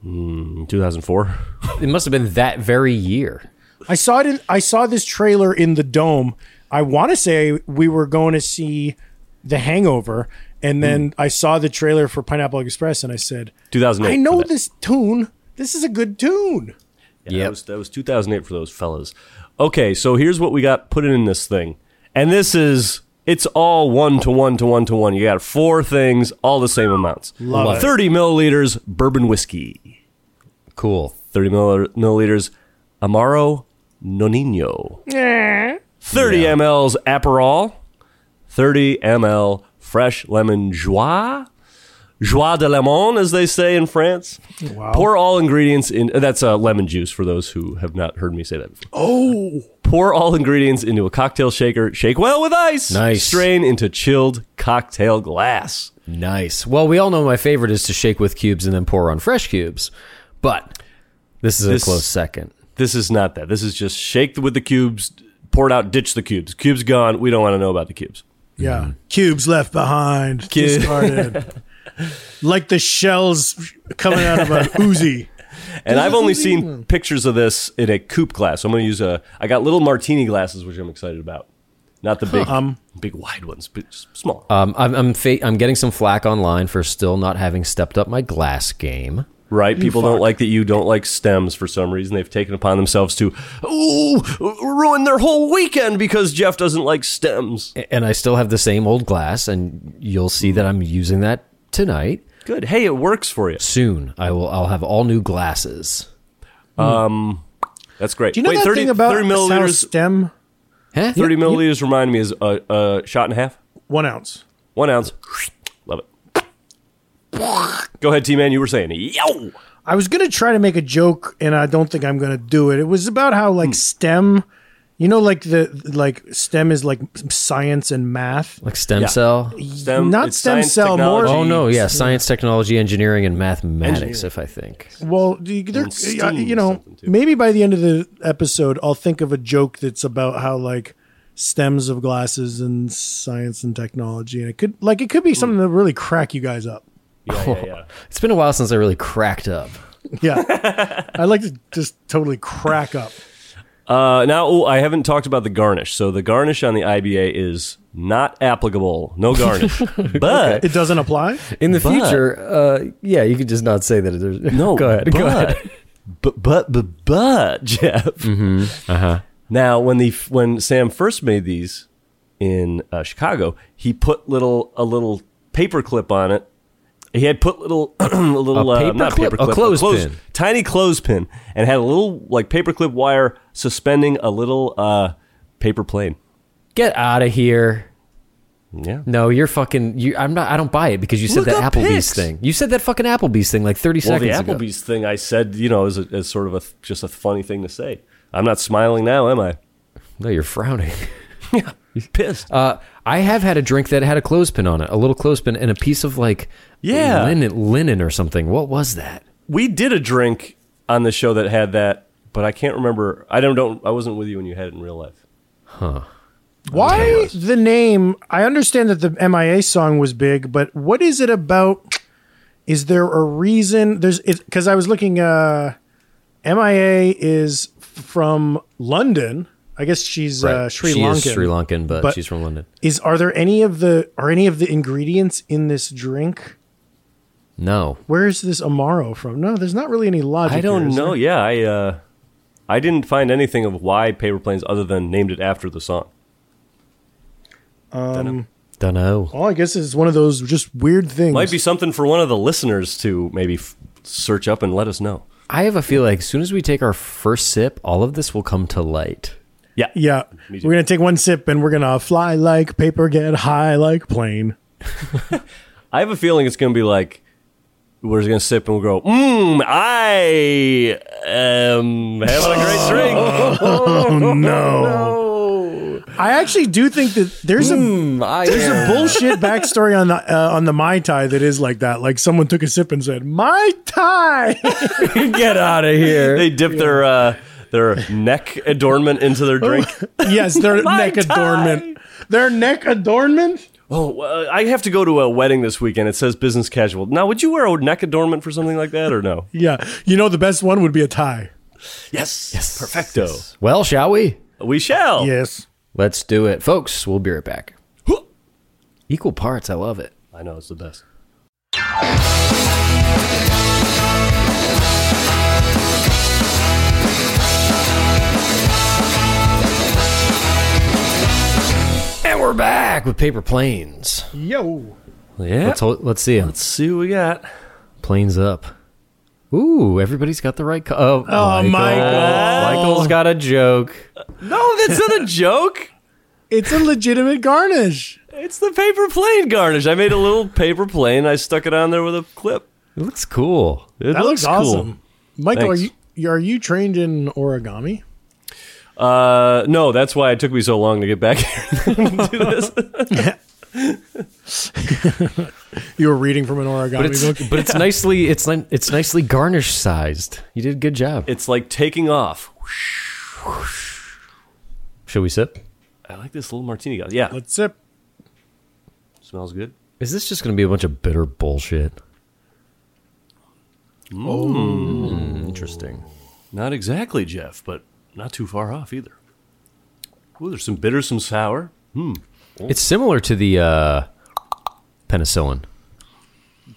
B: Mm, 2004.
A: It must have been that very year.
C: I saw it in I saw this trailer in the dome. I want to say we were going to see The Hangover and
B: Mm.
C: then I saw the trailer for Pineapple Express and I said,
B: 2008.
C: "I know
B: for that.
C: this tune. This is a good tune."
B: Yeah,
A: Yep.
B: that, was, that was 2008 for those fellas. Okay, so here's what we got put in this thing. And this is, it's all one to one to one to one. You got four things, all the same amounts.
C: Love it.
B: 30 milliliters bourbon whiskey,
A: Cool.
B: 30 millil- milliliters Amaro Nonino, 30 mLs Aperol, 30 ml fresh lemon joie, joie de lemon, as they say in France.
C: Wow.
B: Pour all ingredients in. uh, That's uh, lemon juice for those who have not heard me say that before.
C: oh,
B: Pour all ingredients into a cocktail shaker. Shake well with ice.
A: Nice.
B: Strain into chilled cocktail glass.
A: Nice. Well, we all know my favorite is to shake with cubes and then pour on fresh cubes, but this is
B: This-
A: a close second.
B: This is not that. This is just shake with the cubes. Pour it out. Ditch the cubes. Cubes gone. We don't want to know about the cubes.
C: yeah. Mm-hmm. Cubes left behind,
B: Cube-
C: discarded. like the shells coming out of a Uzi.
B: And I've only seen pictures of this in a coupe glass. So I'm going to use a. I got little martini glasses, which I'm excited about. Not the big,
C: Um,
B: big wide ones, but s- small.
C: uh,
A: Um, I'm I'm, fa- I'm getting some flack online for still not having stepped up my glass game.
B: Right? People don't like that you don't like stems for some reason. They've taken upon themselves to ooh ruin their whole weekend because Jeff doesn't like stems.
A: A- and I still have the same old glass, and you'll see that I'm using that tonight.
B: Good. Hey, it works for you.
A: Soon, I will. I'll have all new glasses.
B: That's great.
C: Do you know
B: Wait,
C: that
B: 30,
C: thing about
B: 30
C: how
B: milliliters?
C: stem?
A: Huh?
B: 30 milliliters remind me is a, a shot and a half,
C: One ounce.
B: one ounce. Love it. Go ahead, T Man. You were saying yo.
C: I was gonna try to make a joke, and I don't think I'm gonna do it. It was about how like STEM, you know, like the like STEM is like science and math.
A: Like stem
B: Yeah.
A: cell.
B: Stem,
C: Not
B: it's
C: stem
B: science,
C: cell, more-
B: technology.
A: Oh no, yeah, science, technology, engineering, and mathematics. If I think
C: Well, the- there-
B: And STEAM
C: uh, you know,
B: something, too.
C: maybe by the end of the episode, I'll think of a joke that's about how like stems of glasses and science and technology, and it could like it could be something that really crack you guys up.
B: Yeah, yeah, yeah.
A: it's been a while since I really cracked up.
C: Yeah, I like to just totally crack up.
B: Uh, now, oh, I haven't talked about the garnish. So the garnish on the IBA is not applicable. No garnish. but
C: It doesn't apply.
A: In the
B: But-
A: future, uh, yeah, you could just not say that. There's,
B: No,
A: go ahead.
B: But,
A: Go ahead.
B: But but but, but Jeff. Mm-hmm. Uh-huh. Now, when the when Sam first made these in uh, Chicago, he put little a little paper clip on it. He had put little a little
A: A
B: uh,
A: paper
B: not
A: clip?
B: paper
A: A
B: clip,
A: clothespin.
B: tiny clothespin, and had a little like paperclip wire suspending a little uh, paper plane.
A: Get out of here.
B: Yeah.
A: No, you're fucking. You, I'm not. I don't buy it because you said
B: Look
A: that
B: up
A: Applebee's
B: pics.
A: thing. You said that fucking Applebee's thing like 30
B: Well, the
A: seconds ago.
B: Applebee's thing I said, you know, is, a, is sort of a just a funny thing to say. I'm not smiling now, am I?
A: No, you're frowning.
B: He's pissed.
A: Uh, I have had a drink that had a clothespin on it, a little clothespin and a piece of like
B: Yeah.
A: linen, linen or something. What was that?
B: we did a drink on the show that had that, but I can't remember. I don't don't. I wasn't with you when you had it in real life.
C: Why the name? I understand that the MIA song was big, but what is it about? Is there a reason? There's because I was looking. Uh, MIA is from London. I guess she's uh, Sri
A: she
C: Lankan.
A: is Sri Lankan, but,
C: but-
A: she's from London.
C: Is are there any of the are any of the ingredients in this drink?
A: No,
C: Where is this amaro from? No, there's not really any logic.
B: I don't
C: here, is
B: know.
C: there?
B: Yeah, I uh, I didn't find anything of why Paper Planes other than named it after the song.
A: don't know.
C: Well, I guess it's one of those just weird things.
B: Might be something for one of the listeners to maybe f- search up and let us know.
A: I have a feel like as soon as we take our first sip, all of this will come to light.
B: Yeah,
C: Yeah, we're gonna take one sip and we're gonna fly like paper, get high like plane.
B: I have a feeling it's going to be like we're just going to sip and we'll go. Mmm, I am having a great drink.
C: I actually do think that there's a
A: Hmm. Mm,
C: there's a bullshit backstory on the uh, on the mai tai that is like that. Like someone took a sip and said mai tai.
A: Get out of here.
B: They dip their uh, their neck adornment into their drink.
C: yes, their neck
B: Tai.
C: adornment. Their neck adornment.
B: Oh, uh, I have to go to a wedding this weekend. It says business casual. Now, would you wear a neck adornment for something like that or no?
C: Yeah, you know the best one would be a tie.
B: Yes. Yes. Perfecto.
A: Well, shall we?
B: We shall.
C: Yes.
A: Let's do it. Folks, we'll be right back.
B: Huh.
A: Equal parts. I love it.
B: I know, it's the best.
A: And we're back with paper planes.
C: Yo.
B: Yeah.
A: Let's, hol- let's see 'em.
B: Let's see what we got.
A: Planes up. Ooh, everybody's got the right. Co- oh,
C: Oh, Michael.
A: Michael's got a joke.
B: No, that's not a joke.
C: It's a legitimate garnish.
B: It's the paper plane garnish. I made a little paper plane. I stuck it on there with a clip.
A: It looks cool.
B: It
C: That looks, awesome. Michael,
B: Thanks.
C: are you are you trained in origami?
B: cool. Uh, no, that's why it took me so long to get back here and do this.
C: You were reading from an origami
A: But it's
C: book.
A: but it's nicely it's ni- it's nicely garnish sized. You did a good job.
B: It's like taking off.
A: Should we sip?
B: I like this little martini glass. Yeah,
C: Let's sip.
B: smells good.
A: Is this just going to be a bunch of bitter bullshit? Mm, interesting.
B: Not exactly, Jeff, but not too far off either. Ooh, there's some bitter, some sour. Hmm.
A: It's similar to the uh, penicillin.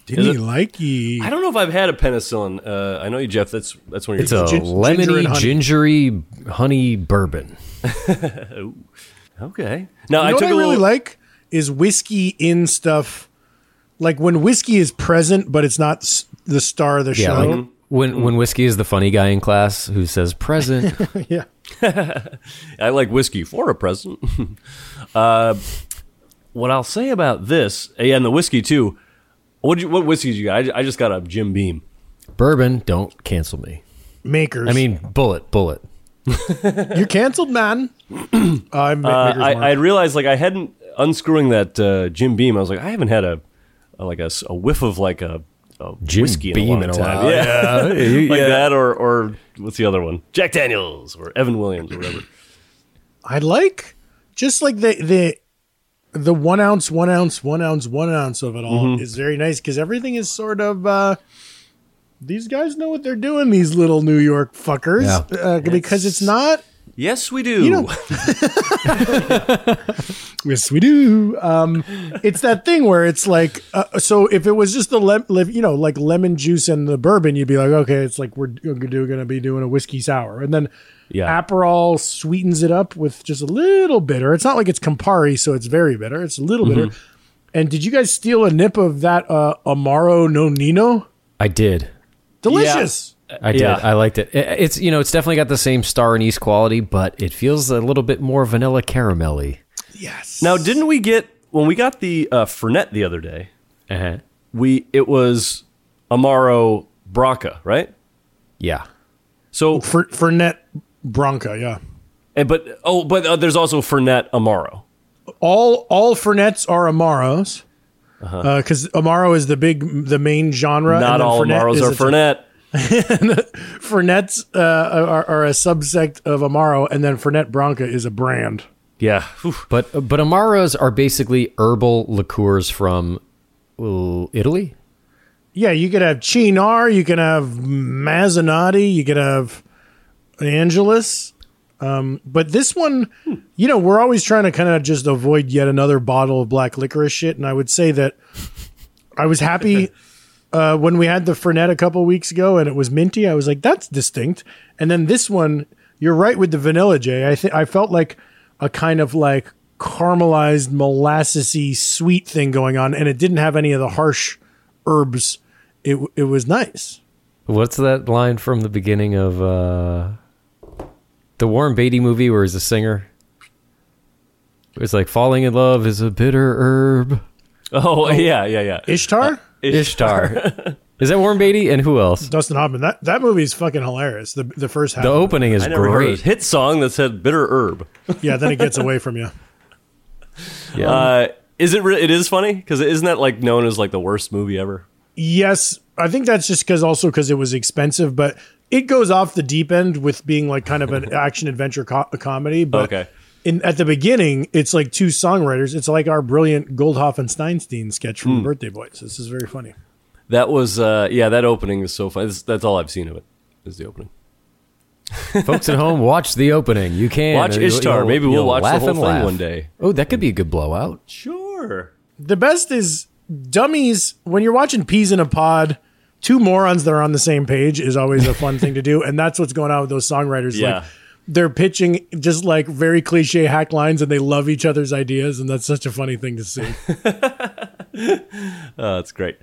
C: Didn't
B: it-
C: he like ye?
B: I don't know if I've had a penicillin. Uh, I know you, Jeff. That's that's one of
A: It's
B: your.
A: a
C: Gin- ginger and
A: lemony,
C: honey.
A: gingery, honey bourbon.
B: okay. Now I
C: You know
B: took
C: what I
B: a
C: really
B: little.
C: like is whiskey in stuff. Like when whiskey is present, but it's not s- the star of the
A: Yeah,
C: show.
A: like when when whiskey is the funny guy in class who says present.
C: yeah.
B: I like whiskey for a present. uh, what I'll say about this, yeah, and the whiskey too. What you, what whiskeys you got? I, I just got a Jim Beam.
A: bourbon, don't cancel me.
C: Makers.
A: I mean, bullet, bullet.
C: you're canceled, man. I'm
B: Uh,
C: Maker's
B: I,
C: Mark.
B: I realized like I hadn't unscrewing that uh, Jim Beam. I was like, I haven't had a, a like a, s- a whiff of like a, a
A: Jim
B: whiskey
A: Beam in
B: in a long
A: a
B: time.
A: while.
B: Yeah, like that or or what's the other one? Jack Daniels or Evan Williams or whatever.
C: I like just like the the the one ounce, one ounce, one ounce, one ounce of it all
B: Mm-hmm.
C: is very nice because everything is sort of uh these guys know what they're doing. These little New York fuckers,
A: Yeah.
C: uh, because it's not.
B: Yes, we do.
C: know- Yes, we do. Um, it's that thing where it's like, uh, so if it was just the lem- li- you know, like lemon juice and the bourbon, you'd be like, okay, it's like we're going to be doing a whiskey sour, and then
B: yeah,
C: Aperol sweetens it up with just a little bitter. It's not like it's Campari, so it's very bitter. It's a little bitter.
B: Mm-hmm.
C: And did you guys steal a nip of that uh, Amaro Nonino?
A: I did.
C: Delicious.
A: I did.
B: Yeah.
A: I liked it. It- It's you know, it's definitely got the same star and yeast quality, but it feels a little bit more vanilla caramelly.
C: Yes.
B: Now, didn't we get when we got the uh, Fernet the other day?
A: Uh-huh.
B: We it was Amaro Braca, right?
A: Yeah.
B: So,
C: For Fernet Branca, yeah.
B: eh, but oh, but uh, there's also Fernet Amaro.
C: all all Fernets are Amaros because Amaro is the big the main genre.
B: Uh-huh. Not
C: and then
B: all
C: Fernet
B: Amaros
C: is
B: are
C: a-
B: Fernet.
C: Fernets uh, are, are a subsect of Amaro, and then Fernet Branca is a brand.
B: Yeah.
A: But but amaros are basically herbal liqueurs from ooh, Italy.
C: Yeah, you could have Chinar, you can have Mazzanotti, you could have Angelus. Um, but this one,
B: Hmm.
C: you know, we're always trying to kind of just avoid yet another bottle of black licorice shit. And I would say that I was happy uh, when we had the Fernet a couple weeks ago and it was minty. I was like, that's distinct. And then this one, you're right with the vanilla, Jay. I think I felt like a kind of like caramelized molassesy sweet thing going on, and it didn't have any of the harsh herbs. It it was nice.
A: What's that line from the beginning of uh, the Warren Beatty movie where he's a singer? It's like falling in love is a bitter herb.
B: Oh, yeah, yeah, yeah.
C: Ishtar,
A: Ishtar. is that Warren Beatty and who else?
C: Dustin Hoffman. That that movie is fucking hilarious. The the first half.
A: The opening is
B: I never heard a
A: great.
B: hit song that said bitter herb.
C: yeah, then it gets away from you.
A: Yeah.
B: Uh, is it? Re- it is funny because isn't that like known as like the worst movie ever?
C: Yes, I think that's just because also because it was expensive, but it goes off the deep end with being like kind of an action adventure co- comedy. But
B: Okay.
C: in at the beginning, it's like two songwriters. It's like our brilliant Goldhoff and Steinstein sketch
B: Hmm.
C: from Birthday Boys. This is very funny.
B: That was uh, yeah. That opening is so fun. That's, that's all I've seen of it. Is the opening.
A: Folks at home, watch the opening. You can
B: Watch
A: Or you'll-
B: Ishtar.
A: you'll-
B: Maybe we'll
A: you'll
B: watch the
A: laugh
B: whole
A: and
B: thing
A: laugh.
B: one day.
A: Oh, that could be a good blowout.
B: Sure.
C: The best is dummies when you're watching peas in a pod. Two morons that are on the same page is always a fun thing to do, and that's what's going on with those songwriters.
B: Yeah.
C: Like, they're pitching just like very cliche hack lines, and they love each other's ideas, and that's such a funny thing to see.
B: Uh, that's great.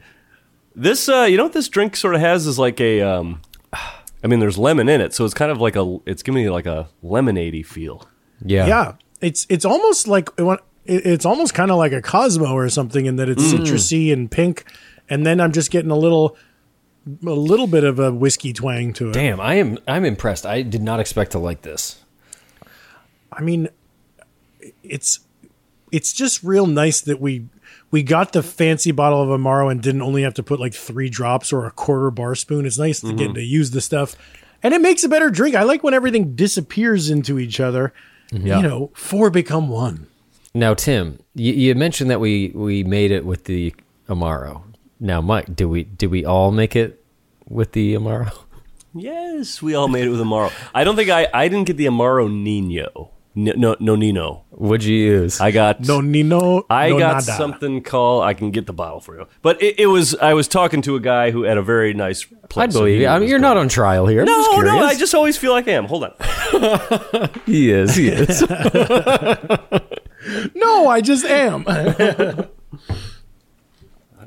B: This uh, you know what this drink sort of has is like a. Um, I mean, there's lemon in it, so it's kind of like a. It's giving me like a lemonadey feel.
A: Yeah.
C: Yeah, it's it's almost like it want- it- it's almost kind of like a Cosmo or something in that it's citrusy and pink, and then I'm just getting a little a little bit of a whiskey twang to it.
A: Damn, I am I'm impressed. I did not expect to like this.
C: I mean, it's it's just real nice that we we got the fancy bottle of Amaro and didn't only have to put like three drops or a quarter bar spoon. It's nice to get to use the stuff, and it makes a better drink. I like when everything disappears into each other. You know, four become one.
A: Now, Tim, you, you mentioned that we we made it with the Amaro. Now, Mike, did we did we all make it with the Amaro?
B: Yes, we all made it with Amaro. I don't think I. I didn't get the Amaro Nino. N- No, no Nino.
A: What'd you use?
B: I got
C: No Nino,
B: I
C: no
B: got
C: nada.
B: something called. I can get the bottle for you, but it, it was. I was talking to a guy who had a very nice place.
A: I believe you. I mean, you're not on trial here. I'm just
B: No,
A: curious.
B: no. I just always feel like I am. Hold on.
A: he is. He is.
C: No, I just am.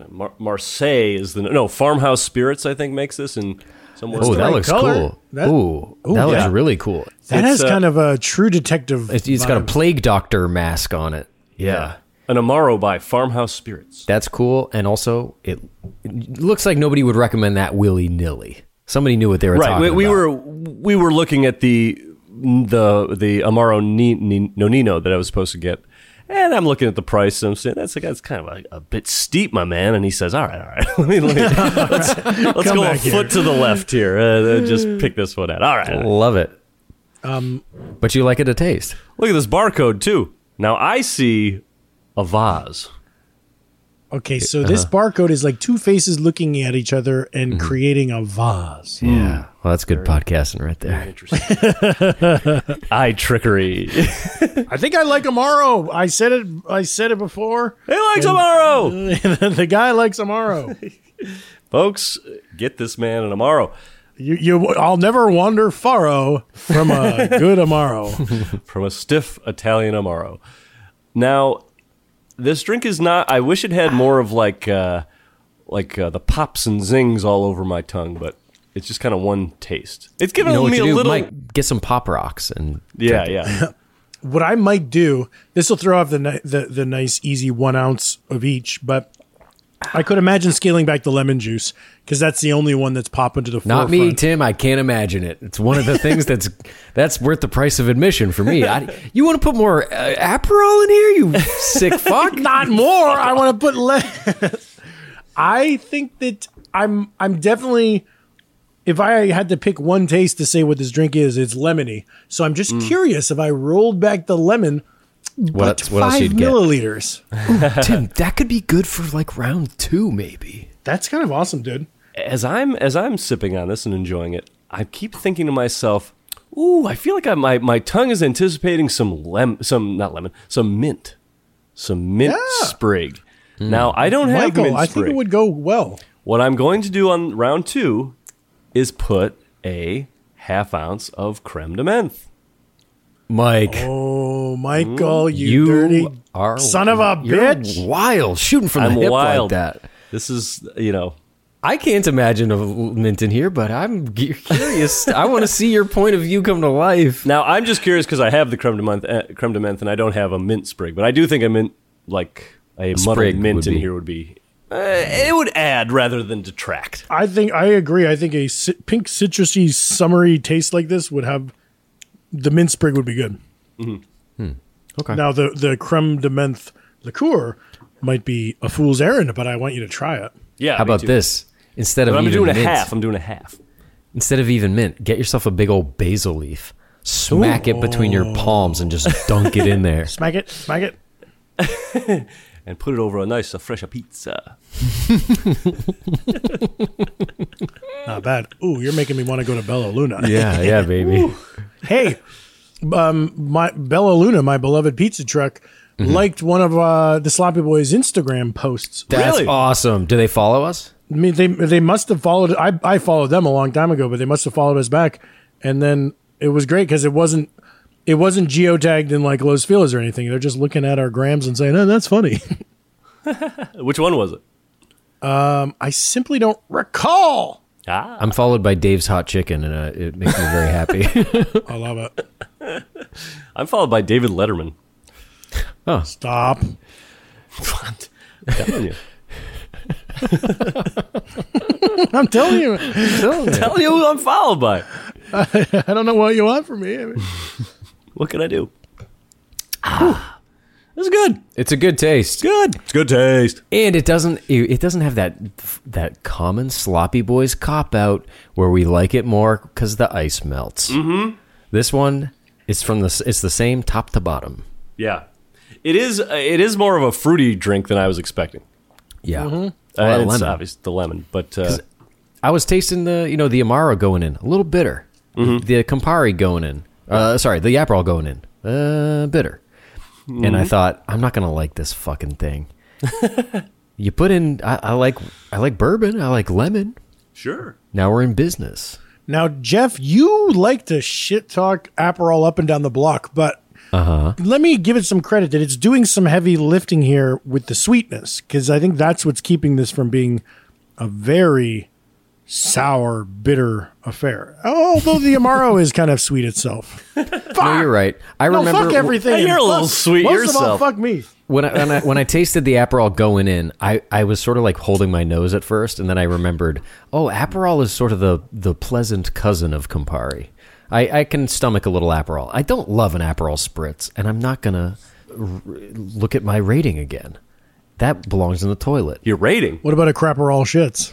B: Mar- Marseille is the no farmhouse spirits. I think makes this and somewhere.
A: oh, that
C: right
A: looks
C: color.
A: cool.
C: That-
A: ooh, that
B: yeah.
A: looks really cool.
C: That
B: It's,
C: has
B: uh,
C: kind of a true detective.
A: It's, it's got a plague doctor mask on it. Yeah.
B: an Amaro by Farmhouse Spirits.
A: that's cool. And also, it, it looks like nobody would recommend that willy nilly. Somebody knew what they were
B: Right.
A: talking
B: We, we
A: about.
B: were we were looking at the the the Amaro Ni, Ni, Nonino that I was supposed to get. And I'm looking at the price, and I'm saying that's that's kind of a, a bit steep, my man. And he says, "All right, all right, let me, let me let's, let's go a
C: back here.
B: foot to the left here. Uh, just pick this one out. All right, all right."
A: love it. Um, but you like it a taste.
B: look at this barcode too. Now I see a vase.
C: okay, so
A: Uh-huh.
C: this barcode is like two faces looking at each other and
A: Mm-hmm.
C: creating a vase.
A: Yeah. Well, that's good podcasting right there.
B: Interesting. Eye trickery. he
C: I think I like Amaro. I said it. I said it before.
B: likes Amaro.
C: the guy likes Amaro.
B: folks get this man an amaro
C: You, you, I'll never wander faro from a good Amaro.
B: from a stiff italian amaro now this drink is not i wish it had more of like uh like uh, the pops and zings all over my tongue but it's just kind of one taste it's giving
A: You know what
B: me
A: you
B: a
A: do?
B: little
A: Mike, get some pop rocks and
B: yeah yeah
C: what I might do, this will throw off the, ni- the the nice easy one ounce of each, but I could imagine scaling back the lemon juice because that's the only one that's popping to the
A: Not
C: forefront.
A: me, Tim. I can't imagine it. It's one of the things that's that's worth the price of admission for me. I, you want to put more uh, Aperol in here, you sick fuck?
C: Not more. I want to put less. I think that I'm. I'm definitely. If I had to pick one taste to say what this drink is, it's lemony. So I'm just curious if I rolled back the lemon,
A: What,
C: but
A: what else
C: five
A: you'd get?
C: milliliters.
A: Tim, that could be good for like round two, maybe.
C: That's kind of awesome, dude.
B: as I'm as I'm sipping on this and enjoying it, I keep thinking to myself, "Ooh, I feel like I, my my tongue is anticipating some lem some not lemon, some mint, some mint
C: Yeah.
B: sprig."
A: Hmm.
B: Now I don't have
C: Michael,
B: mint
C: I
B: sprig.
C: think it would go well.
B: What I'm going to do on round two is put a half ounce of creme de menthe.
A: Mike,
C: Oh, Michael, you,
A: you
C: dirty
A: are
C: son of a
A: you're
C: bitch.
A: Wild, shooting from
B: I'm
A: the hip
B: wild.
A: like that.
B: This is you know
A: I can't imagine a mint in here, but I'm g- curious. I want to see your point of view come to life.
B: Now I'm just curious because I have the creme de menthe, uh, creme de menthe, and I don't have a mint sprig, but I do think a mint, like a, muddled
A: sprig
B: mint
A: would
B: in
A: be-
B: here, would be. Uh, it would add rather than detract.
C: I think I agree. I think a ci- pink citrusy summery taste like this would have the mint sprig would be good.
A: Okay.
C: Now the the creme de menthe liqueur might be a fool's errand, but I want you to try it.
B: Yeah.
A: How
B: me
A: about
B: too.
A: this? Instead of
B: But I'm
A: even
B: doing a
A: mint,
B: half. I'm doing a half.
A: instead of even mint, get yourself a big old basil leaf. Smack it between your palms and just dunk it in there.
C: Smack it, smack it.
B: And put it over a nice, uh, fresh pizza.
C: Not bad. Ooh, you're making me want to go to Bella Luna.
A: Yeah, yeah, baby.
C: hey, um, my Bella Luna, my beloved pizza truck,
A: Mm-hmm.
C: liked one of uh, the Sloppy Boys Instagram posts.
A: That's
B: Really?
A: awesome. Do they follow us?
C: I mean, they they must have followed. I I followed them a long time ago, but they must have followed us back. And then it was great because it wasn't it wasn't geotagged in like Los Feliz or anything. They're just looking at our grams and saying, "Oh, that's funny."
B: Which one was it?
C: I simply don't recall.
B: Ah.
A: I'm followed by Dave's Hot Chicken, and uh, it makes me very happy.
C: I love it.
B: I'm followed by David Letterman.
C: Stop.
B: What? I'm telling you.
C: I'm telling you, I
B: telling you who I'm followed by.
C: don't know what you want from me. I mean,
B: What can I do? Ah. This is good.
A: it's a good taste.
B: Good. It's good taste.
A: And it doesn't it it doesn't have that that common sloppy boys cop out where we like it more because the ice melts. Mm-hmm. This one is from the s- it's the same top to bottom.
B: Yeah. It is. It is more of a fruity drink than I was expecting.
A: Yeah,
B: Uh,
A: A lot of
B: it's
A: lemon.
B: obvious the lemon, but uh,
A: I was tasting the you know the amaro going in a little bitter,
C: Mm-hmm.
A: the Campari going in. Uh, sorry, the Aperol going in uh, bitter, and I
C: Mm-hmm.
A: thought I'm not gonna like this fucking thing. you put in I, I like I like bourbon, I like lemon.
B: sure.
A: Now we're in business.
C: now, Jeff, you like to shit talk Aperol up and down the block, but
B: Uh-huh.
C: let me give it some credit that it's doing some heavy lifting here with the sweetness because I think that's what's keeping this from being a very sour, bitter affair. Although the Amaro is kind of sweet itself.
A: No, you're right. I
C: No,
A: remember
C: fuck everything.
B: Hey, you're a
C: Fuck-
B: little sweet
C: most
B: yourself.
C: Of all, fuck me.
A: when I, when I when I tasted the Aperol going in, I, I was sort of like holding my nose at first, and then I remembered, oh, Aperol is sort of the the pleasant cousin of Campari. I, I can stomach a little Aperol. I don't love an Aperol spritz, and I'm not gonna r- look at my rating again. That belongs in the toilet.
B: Your rating.
C: What about a crapperall shits?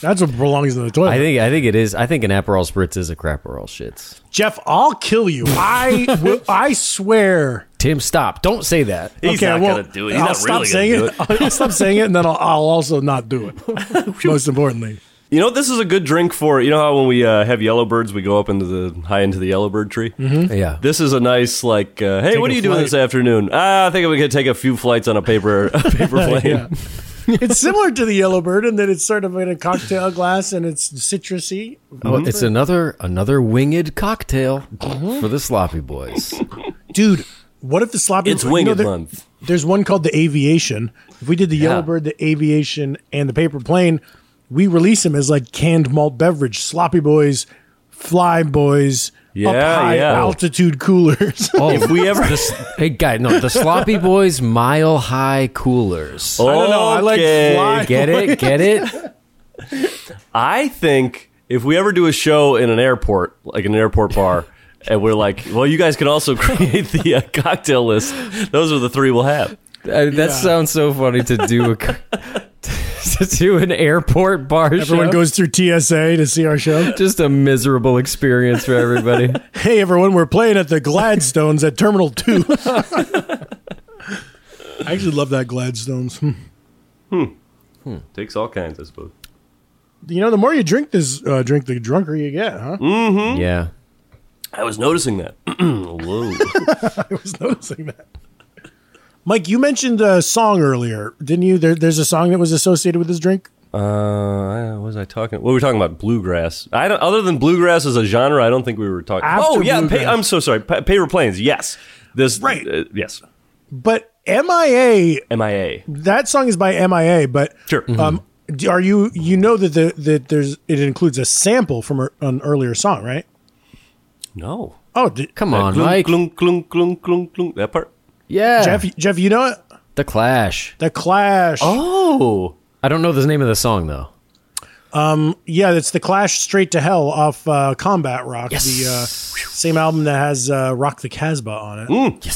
C: that's what belongs in the toilet.
A: I think I think it is. I think an Aperol spritz is a crapperol shits.
C: Jeff, I'll kill you. I will, I swear.
A: Tim, stop! Don't say that.
B: He's
C: I
B: not
C: won't-
B: gonna do it. He's
C: I'll
B: not
C: stop
B: really
C: saying
B: gonna
C: it. I'll stop saying it, and then I'll, I'll also not do it. Most importantly,
B: You know, this is a good drink for you know how when we uh, have yellowbirds, we go up into the high into the yellowbird tree. Mm-hmm.
A: Yeah,
B: This is a nice like, uh, hey, what
C: a
B: are you doing
C: flight.
B: this afternoon? Ah, I think I'm gonna take a few flights on a paper a paper plane.
C: it's similar to the Yellowbird in that it's sort of in a cocktail glass and it's citrusy.
A: Oh, it's another another winged cocktail for the sloppy boys.
C: Dude, what if the sloppy?
B: It's winged
C: there-
B: month.
C: There's one called the Aviation. If we did the Yellowbird, the Aviation, and the Paper Plane, we release them as like canned malt beverage, sloppy boys, fly boys,
B: Yeah,
C: up high
B: yeah.
C: altitude coolers.
A: Oh,
B: If we ever,
A: hey guy, no, the sloppy boys mile high coolers.
B: I
C: don't know, I like fly-
A: Get it? Get it? Uh,
B: I think if we ever do a show in an airport, like an airport bar, and we're like, well, you guys can also create the uh, cocktail list. Those are the three we'll have.
A: Uh, that sounds so funny to do a c- to do an airport bar
C: Everyone
A: show.
C: goes through TSA to see our show.
A: just a miserable experience for everybody.
C: Hey, everyone, we're playing at the Gladstones at Terminal 2. I actually love that Gladstones. Hmm.
B: Takes all kinds, I suppose.
C: You know, the more you drink this uh, drink, the drunker you get, huh?
A: yeah.
B: I was noticing that. Whoa.
C: I was noticing that. Mike, you mentioned a song earlier, didn't you? There, there's a song that was associated with this drink.
B: Uh, what was I talking? Well, we were talking about bluegrass. I don't. Other than bluegrass as a genre, I don't think we were talking.
C: After
B: oh yeah,
C: bluegrass.
B: pay, I'm so sorry. Pa- paper planes. Yes, this
C: Right.
B: uh, yes,
C: But MIA,
B: MIA.
C: that song is by MIA, but
B: Sure.
C: um, d- are you you know that the that there's it includes a sample from a- an earlier song, right?
B: No.
C: Oh, did,
A: Come
B: That
A: on,
B: glunk,
A: Mike.
B: Glunk, glunk, glunk, glunk, glunk. That part.
A: Yeah.
C: Jeff, Jeff, you know it?
A: The Clash.
C: The Clash.
B: Oh.
A: I don't know the name of the song though.
C: Yeah, it's the Clash Straight to Hell off uh, Combat Rock, the uh, same album that has uh, Rock the Casbah on it.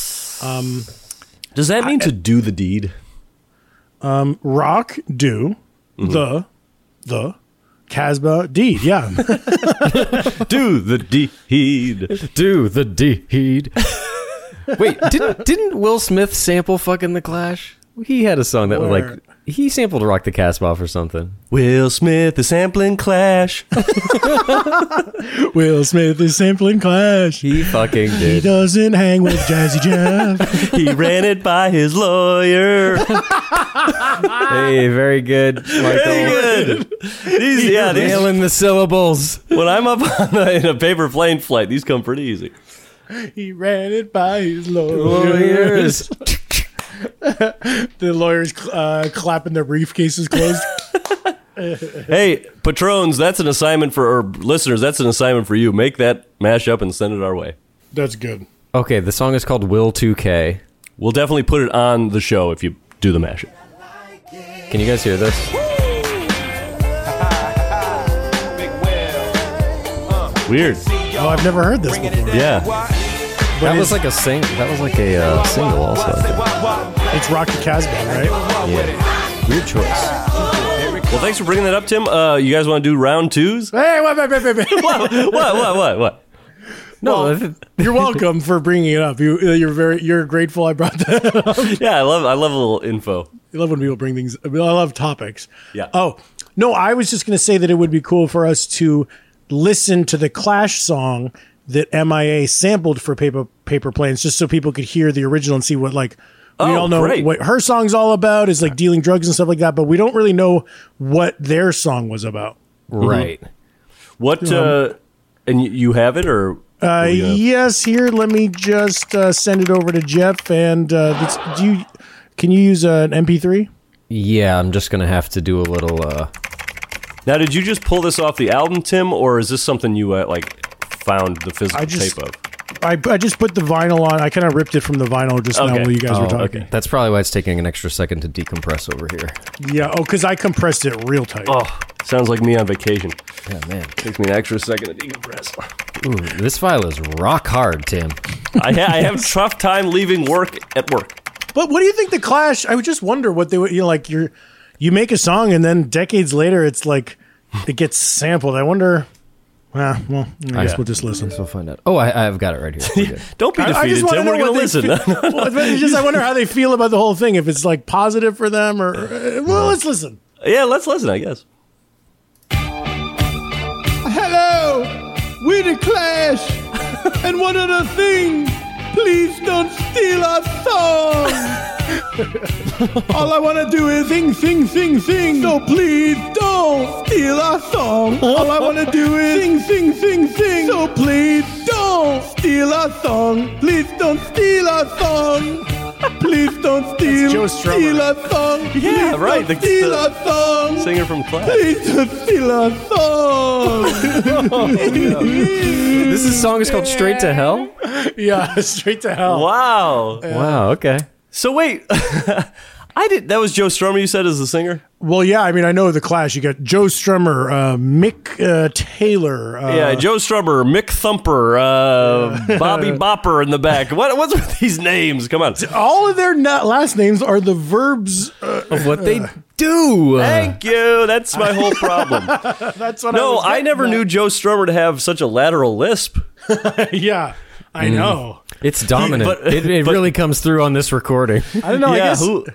B: Does that mean to do the deed?
C: Rock do the the Casbah deed. Yeah,
B: do the deed.
A: Do the deed. Wait, didn't didn't Will Smith sample fucking The Clash? He had a song that was
C: Where?
A: like he sampled Rock the Casbah or something.
B: Will Smith is sampling Clash.
C: Will Smith is sampling Clash. He
A: He fucking did.
C: doesn't hang with Jazzy Jeff.
B: he ran it by his lawyer.
A: hey, Um, very good.
B: Very
A: Michael.
B: good. These, yeah, these,
A: Nailing the syllables.
B: when I'm up on a, in a paper plane flight, these come pretty easy.
C: he ran it by his lawyers.
A: Lawyers.
C: The lawyers uh, clapping their briefcases closed.
B: Hey, patrons, that's an assignment for or listeners. That's an assignment for you. Make that mash up and send it our way.
C: That's good.
A: Okay, the song is called Will 2K.
B: We'll definitely put it on the show if you do the mashup.
A: Can you guys hear this?
D: Big Will.
B: Weird.
C: Oh, I've never heard this before.
B: Yeah.
A: That was like a sing. That was like a uh, single, also. I think.
C: It's Rock the Casbah, right?
A: Weird choice.
B: Well, thanks for bringing that up, Tim. Uh, you guys want to do round twos? what?
C: Hey, wait, wait, wait, wait, wait.
B: What? What? What?
A: No, th-
C: You're welcome for bringing it up. You, uh, you're very, you're grateful I brought that. up.
B: Yeah, I love. I love a little info.
C: I love when people bring things. I, mean, I love topics.
B: Yeah.
C: Oh no, I was just going to say that it would be cool for us to listen to the Clash song that MIA sampled for paper paper planes, just so people could hear the original and see what like. We
B: Oh,
C: all know
B: great.
C: what her song's all about is like dealing drugs and stuff like that, but we don't really know what their song was about.
A: right.
B: What? uh, and y- you have it, or
C: Uh,
B: we gonna-
C: yes, here. Let me just uh, send it over to Jeff. And uh, this, do you can you use uh, an MP3?
A: Yeah, I'm just gonna have to do a little. uh
B: now did you just pull this off the album, Tim, or is this something you uh, like found the physical
C: I just-
B: tape of?
C: I, I just put the vinyl on. I kind of ripped it from the vinyl just now
B: Okay.
C: while you guys were
B: Oh,
C: talking.
B: okay.
A: That's probably why it's taking an extra second to decompress over here.
C: Yeah. Oh, because I compressed it real tight.
B: Oh, sounds like me on vacation.
A: Yeah, man.
B: Takes me an extra second to decompress.
A: Ooh, this file is rock hard, Tim.
B: I, ha- I have tough time leaving work at work.
C: But what do you think the Clash? I would just wonder what they would. You know, like you're, you make a song and then decades later, it's like it gets sampled. I wonder. Ah, well, I guess we'll just listen.
A: We'll find out. Oh, I, I've got it right here. We're good.
B: Don't be
C: I- I
B: defeated,
C: just wanna
B: Tim.
C: know
B: We're
C: what
B: going to
C: they
B: listen.
C: feel- Well, but it's just I wonder how they feel about the whole thing. If it's like positive for them or uh, well, let's listen.
B: yeah, let's listen, I guess.
G: Hello, we the Clash, and one other thing, please don't steal our song. All I wanna do is sing, sing, sing, sing. So please don't steal our song. All I wanna do is sing, sing, sing, sing. So please don't steal our song. Please don't steal our song. Please don't steal,
C: Joe Strummer.
G: steal our song.
B: Yeah,
G: please
B: right,
G: Don't
B: the-
G: steal
B: the
G: our song.
B: Singer from class.
G: Please don't steal our song.
A: This is song is called Straight to Hell.
C: yeah, straight to hell.
B: Wow.
A: Wow. Okay.
B: So wait, I did. That was Joe Strummer. You said as the singer.
C: Well, yeah, I mean, I know the Clash. You got Joe Strummer, uh, Mick uh, Taylor. Uh,
B: Yeah, Joe Strummer, Mick Thumper, uh, Bobby Bopper in the back. What, what's with these names? Come on.
C: all of their na- last names are the verbs. Uh,
A: Of what they do.
B: Thank you. That's my whole problem.
C: that's what I
B: No,
C: was
B: I
C: getting
B: never
C: at.
B: knew Joe Strummer to have such a lateral lisp.
C: yeah, I know.
A: It's dominant.
B: But-
A: it it
B: but-
A: really comes through on this recording.
C: I don't know. I
B: yeah,
C: guess
B: who,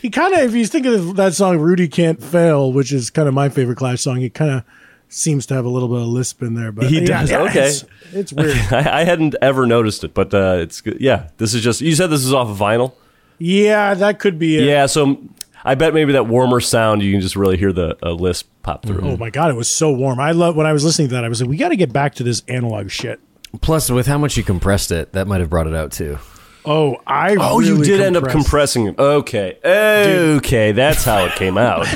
C: he kind of, if you think of that song, Rudy Can't Fail, which is kind of my favorite Clash song, he kind of seems to have a little bit of lisp in there. But
B: He
C: yeah,
B: does,
C: yeah,
B: okay.
C: It's, it's weird.
B: I, I hadn't ever noticed it, but uh, it's good. Yeah, this is just. You said this is off of vinyl.
C: yeah, that could be it.
B: Yeah, so I bet maybe that warmer sound you can just really hear the uh, lisp pop through.
C: Oh my God, it was so warm. I love when I was listening to that, I was like, we got to get back to this analog shit.
A: Plus, with how much you compressed it, that might have brought it out too.
C: Oh, I
B: Oh, you
C: really
B: did end up
C: compressed.
B: compressing it. Okay. Okay, that's how it came out.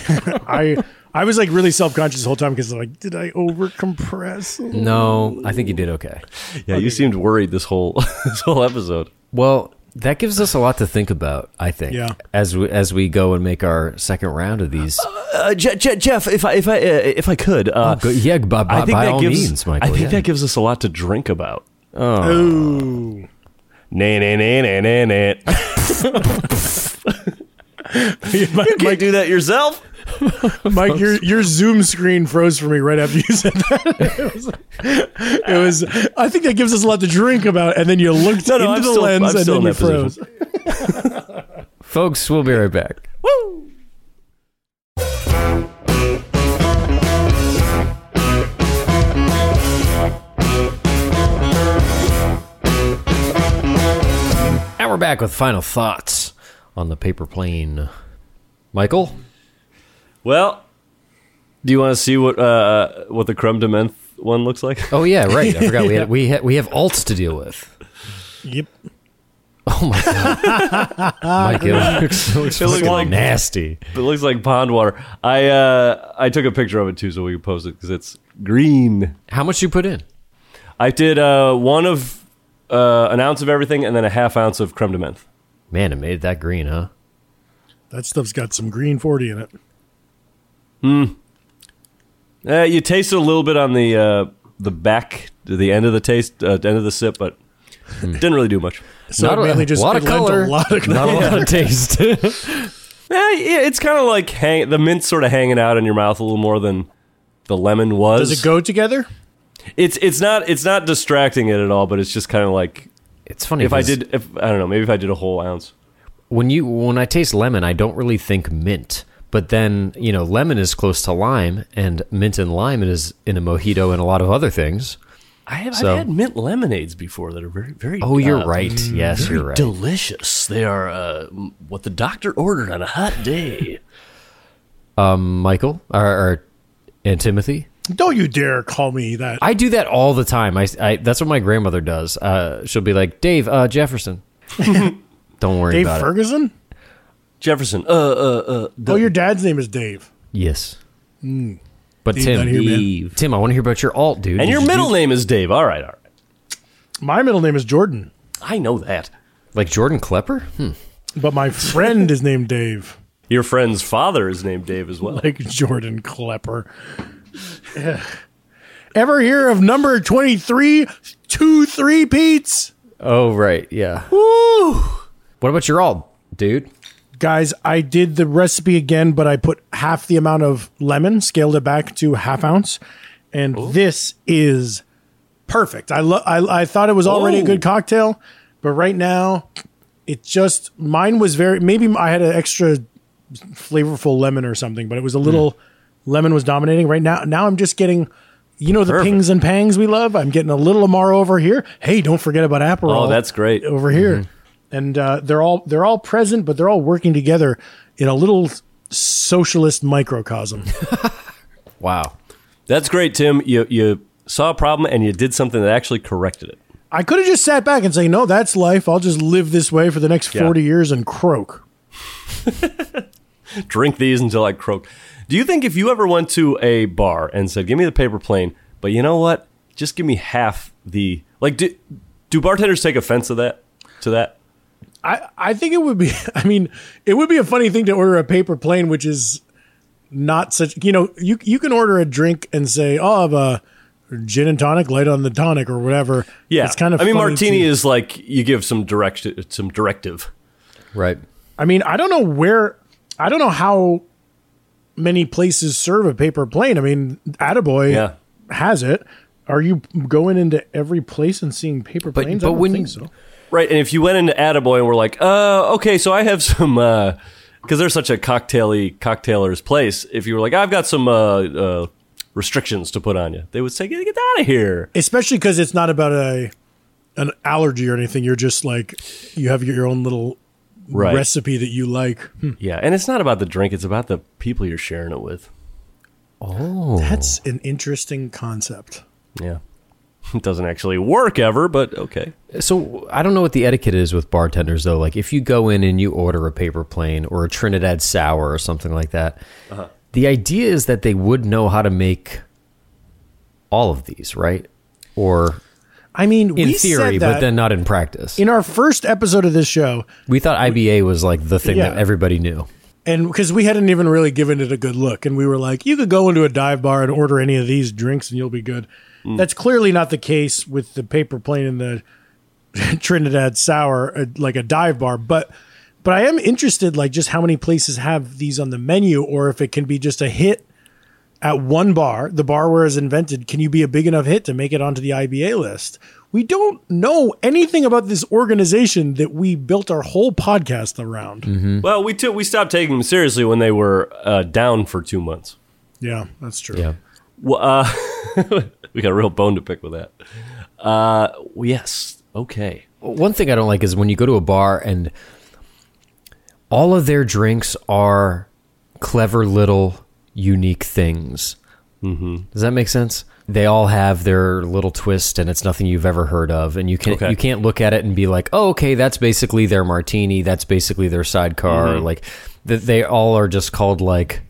C: I I was like really self conscious the whole time because like, did I over compress?
A: No, I think you did okay.
B: Yeah, you seemed worried this whole this whole episode.
A: Well, that gives us a lot to think about. I think.
C: Yeah.
A: As we, as we go and make our second round of these.
B: Uh, Je- Je- Jeff, if I if I uh, if I could, uh,
A: Oh, Go- yeah, by, by,
B: I think
A: by
B: that
A: all
B: gives
A: means, Michael.
B: I think
A: yeah.
B: that gives us a lot to drink about. Oh. Nay, nay, nay, nay, nay, nay.
C: Mike,
B: You can't do that yourself.
C: Mike, your your Zoom screen froze for me right after you said that. it, was, it was. I think that gives us a lot to drink about. And then you looked
B: No, no,
C: into
B: I'm
C: the
B: still-
C: lens
B: I'm
C: and
B: still
C: then
B: in
C: you
B: that position.
C: froze.
A: Folks, we'll be right back. Woo! And we're back with final thoughts on the paper plane. Michael?
B: Well, do you want to see what uh, what the creme de menthe one looks like?
A: Oh yeah, right. I forgot we had we ha- we have alts to deal with.
C: Yep.
A: Oh my god,
C: Ah,
A: Mike, it looks so fucking
B: like-
A: nasty.
B: It looks like pond water. I uh, I took a picture of it too, so we can post it because it's green.
A: How much you put in?
B: I did uh, one of uh, an ounce of everything, and then a half ounce of creme de menthe.
A: Man, it made that green, huh?
C: That stuff's got some green forty in it.
B: Uh, you taste it a little bit on the uh, the back, to the end of the taste, uh, end of the sip, but
C: Hmm.
B: didn't really do much.
C: So
A: Not
C: it
A: a-
C: mainly just
A: lot of
C: it lent
A: color.
C: A lot of
A: Not a lot of taste.
B: Yeah, Uh, yeah it's kind of like hang, the mint sort of hanging out in your mouth a little more than the lemon was.
C: Does it go together?
B: It's it's not it's not distracting it at all, but it's just kind of like
A: it's funny
B: if I
A: 'cause
B: did if I don't know maybe if I did a whole ounce.
A: when you when I taste lemon, I don't really think mint. But then you know, lemon is close to lime, and mint and lime is in a mojito and a lot of other things.
B: I have
A: So-
B: I've had mint lemonades before that are very very.
A: Oh, you're
B: uh,
A: right. Yes, you're right.
B: Delicious. They are uh, m- what the doctor ordered on a hot day.
A: Michael or, or and Timothy.
C: Don't you dare call me that.
A: I do that all the time. I, I that's what my grandmother does. Uh, she'll be like, Dave uh, Jefferson. don't worry
C: Dave
A: about it.
C: Ferguson?
B: Jefferson. Uh, uh, uh.
C: Oh, your dad's name is Dave.
A: Yes. But
C: Leave
A: Tim,
C: that here, man.
B: mm. Dave.
A: Tim, I want to hear about your alt, dude.
B: And
A: Did
B: your
A: you
B: middle
A: do-
B: name is Dave. All right, all right.
C: My middle name is Jordan,
B: I know that.
A: like Jordan Klepper. Hmm.
C: but my friend is named Dave.
B: Your friend's father is named Dave as well.
C: like Jordan Klepper. Ugh. Ever hear of number 23 two three peats?
A: Oh right, yeah.
C: Woo!
A: What about your alt, dude?
C: Guys, I did the recipe again, but I put half the amount of lemon, scaled it back to half ounce, and this is perfect. I, lo- I I thought it was already a good cocktail, but right now it just mine was very maybe I had an extra flavorful lemon or something, but it was a little lemon was dominating right now. Now I'm just getting you know the
B: Perfect.
C: pings and pangs we love. I'm getting a little Amaro over here. Hey, don't forget about Aperol.
B: Oh, that's great. Mm-hmm.
C: over here, and uh, they're all they're all present, but they're all working together in a little socialist microcosm.
A: Wow.
B: That's great, Tim. You you saw a problem and you did something that actually corrected it.
C: I could have just sat back and say, "No, that's life. I'll just live this way for the next
B: Yeah.
C: forty years and croak."
B: Drink these until I croak. Do you think if you ever went to a bar and said, "Give me the paper plane," but you know what? just give me half the like. Do, do bartenders take offense to that? To that?
C: I, I think it would be I mean, it would be a funny thing to order a paper plane, which is not such you know, you you can order a drink and say, Oh, I have a gin and tonic, light on the tonic or whatever.
B: Yeah,
C: It's kind of
B: I mean,
C: funny
B: martini
C: to-
B: is like you give some direction, some directive.
A: Right.
C: I mean, I don't know where, I don't know how many places serve a paper plane. I mean, Attaboy
B: Yeah.
C: has it. Are you going into every place and seeing paper
A: But-
C: planes?
A: but
C: I don't
A: when-
C: think so.
B: Right, and if you went into Attaboy and were like, uh, okay, so I have some, uh, because they're such a cocktaily cocktailer's place. If you were like, I've got some uh, uh, restrictions to put on you, they would say, get, get out of here.
C: Especially because it's not about a an allergy or anything. You're just like you have your own little
B: Right.
C: recipe that you like. Hmm.
B: Yeah, and it's not about the drink; it's about the people you're sharing it with.
C: That's an interesting concept.
B: Yeah, it doesn't actually work ever, but okay.
A: So I don't know what the etiquette is with bartenders though. Like if you go in and you order a paper plane or a Trinidad sour or something like that,
C: Uh-huh.
A: the idea is that they would know how to make all of these, right? Or
C: I mean,
A: in
C: we
A: theory,
C: said that
A: but then not in practice.
C: in our first episode of this show,
A: we thought IBA was like the thing that
C: Yeah.
A: everybody knew.
C: and because we hadn't even really given it a good look and we were like you could go into a dive bar and order any of these drinks and you'll be good that's clearly not the case with the paper plane and the trinidad sour uh, like a dive bar but but i am interested like just how many places have these on the menu or if it can be just a hit at one bar the bar where it's invented can you be a big enough hit to make it onto the iba list we don't know anything about this organization that we built our whole podcast around
B: Well, we took we stopped taking them seriously when they were uh, down for two months.
C: yeah that's true
A: Yeah.
B: Well, uh, we got a real bone to pick with that. Uh, yes, okay.
A: One thing I don't like is when you go to a bar and all of their drinks are clever little unique things. Mm-hmm. Does that make sense? They all have their little twist, and it's nothing you've ever heard of, and you can
B: Okay.
A: not you can't look at it and be like, "Oh, okay, that's basically their martini. That's basically their sidecar." Like that, they all are just called like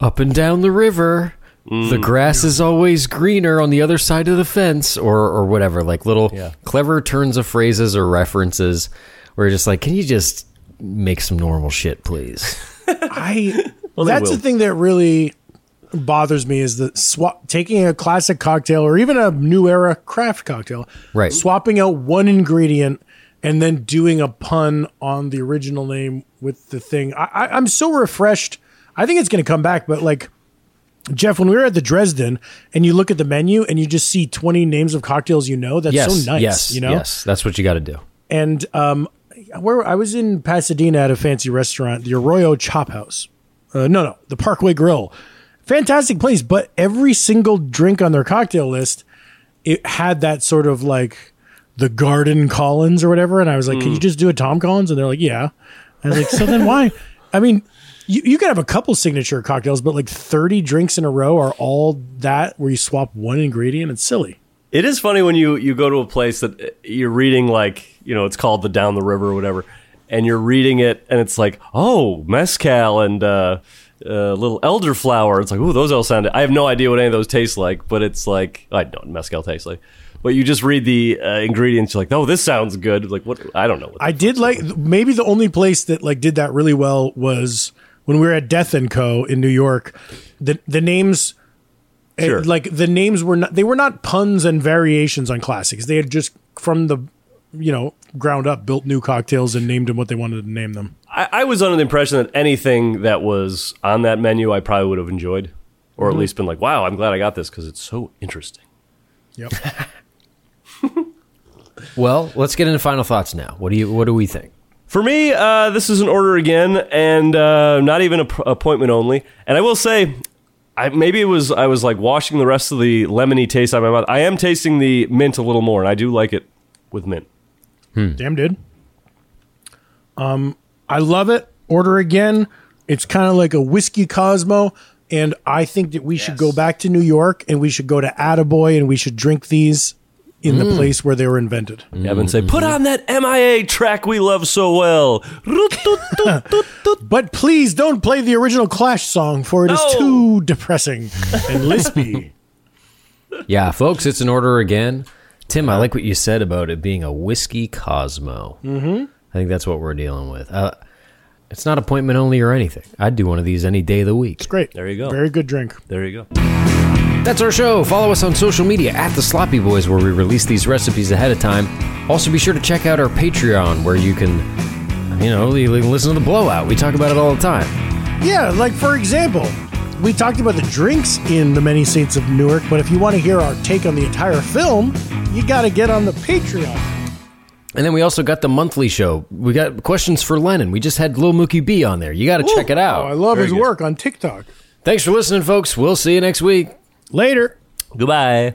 A: up and down the river. The
C: Mm,
A: grass is always greener on the other side of the fence, or or whatever. Like little clever turns of phrases or references, where you're just like, can you just make some normal shit, please?
C: I
B: they
C: that's the
B: will.
C: thing that really bothers me is the swap taking a classic cocktail or even a new era craft cocktail,
A: Right.
C: Swapping out one ingredient and then doing a pun on the original name with the thing. I, I, I'm so refreshed. I think it's going to come back, but like. Jeff, when we were at the Dresden, and you look at the menu and you just see twenty names of cocktails you know, that's
A: yes,
C: so nice.
A: yes,
C: you know,
A: yes. That's what you got to do.
C: and um, where I was in Pasadena at a fancy restaurant, the Arroyo Chop House. Uh, no, no, the Parkway Grill. Fantastic place, but every single drink on their cocktail list, it had that sort of like the Garden Collins or whatever. And I was like, "Can you just do a Tom Collins?" And they're like, "Yeah." I was like, "So then why?" I mean, you you could have a couple signature cocktails, but like thirty drinks in a row are all that where you swap one ingredient. It's silly.
B: It is funny when you you go to a place that uh, you're reading like you know it's called the Down the River or whatever, and you're reading it and it's like oh mezcal and uh, uh, little elderflower. It's like ooh those all sound. I have no idea what any of those taste like, but it's like I don't know what mezcal tastes like. But you just read the uh, ingredients, you're like oh this sounds good. Like what I don't know. What
C: I did like maybe the only place that like did that really well was when we were at Death and Co in New York. The the names eh,
B: Sure.
C: like the names were not they were not puns and variations on classics. They had just from the you know ground up built new cocktails and named them what they wanted to name them.
B: I, I was under the impression that anything that was on that menu, I probably would have enjoyed, or at least been like wow I'm glad I got this because it's so interesting.
C: Yep.
A: Well, let's get into final thoughts now. What do you? What do we think?
B: For me, uh, this is an order again, and uh, not even a p- appointment only. And I will say, I, maybe it was I was like washing the rest of the lemony taste out of my mouth. I am tasting the mint a little more, and I do like it with mint.
C: Damn dude. Um I love it. Order again. It's kind of like a whiskey Cosmo. And I think that we should go back to New York and we should go to Attaboy and we should drink these in
B: Mm.
C: the place where they were invented.
B: Evan say, "Put on that MIA track we love so well."
C: But please don't play the original Clash song for it is
B: No.
C: too depressing and lispy.
A: Yeah, folks, it's an order again. Tim, I like what you said about it being a whiskey Cosmo. Mm-hmm. I think that's what we're dealing with. Uh, it's not appointment only or anything. I'd do one of these any day of the week.
C: Great.
B: There you go.
C: Very good drink.
B: There you go.
A: That's our show. Follow us on social media at The Sloppy Boys, where we release these recipes ahead of time. Also, be sure to check out our Patreon, where you can, you know, you can listen to the blowout. We talk about it all the time.
C: Yeah, like for example, we talked about the drinks in The Many Saints of Newark, but if you want to hear our take on the entire film, you got to get on the Patreon.
A: And then we also got the monthly show. We got questions for Lennon. We just had Lil Mookie B on there. You got to check it out.
C: Oh, I love his work on TikTok.
A: Thanks for listening, folks. We'll see you next week.
C: Later.
B: Goodbye.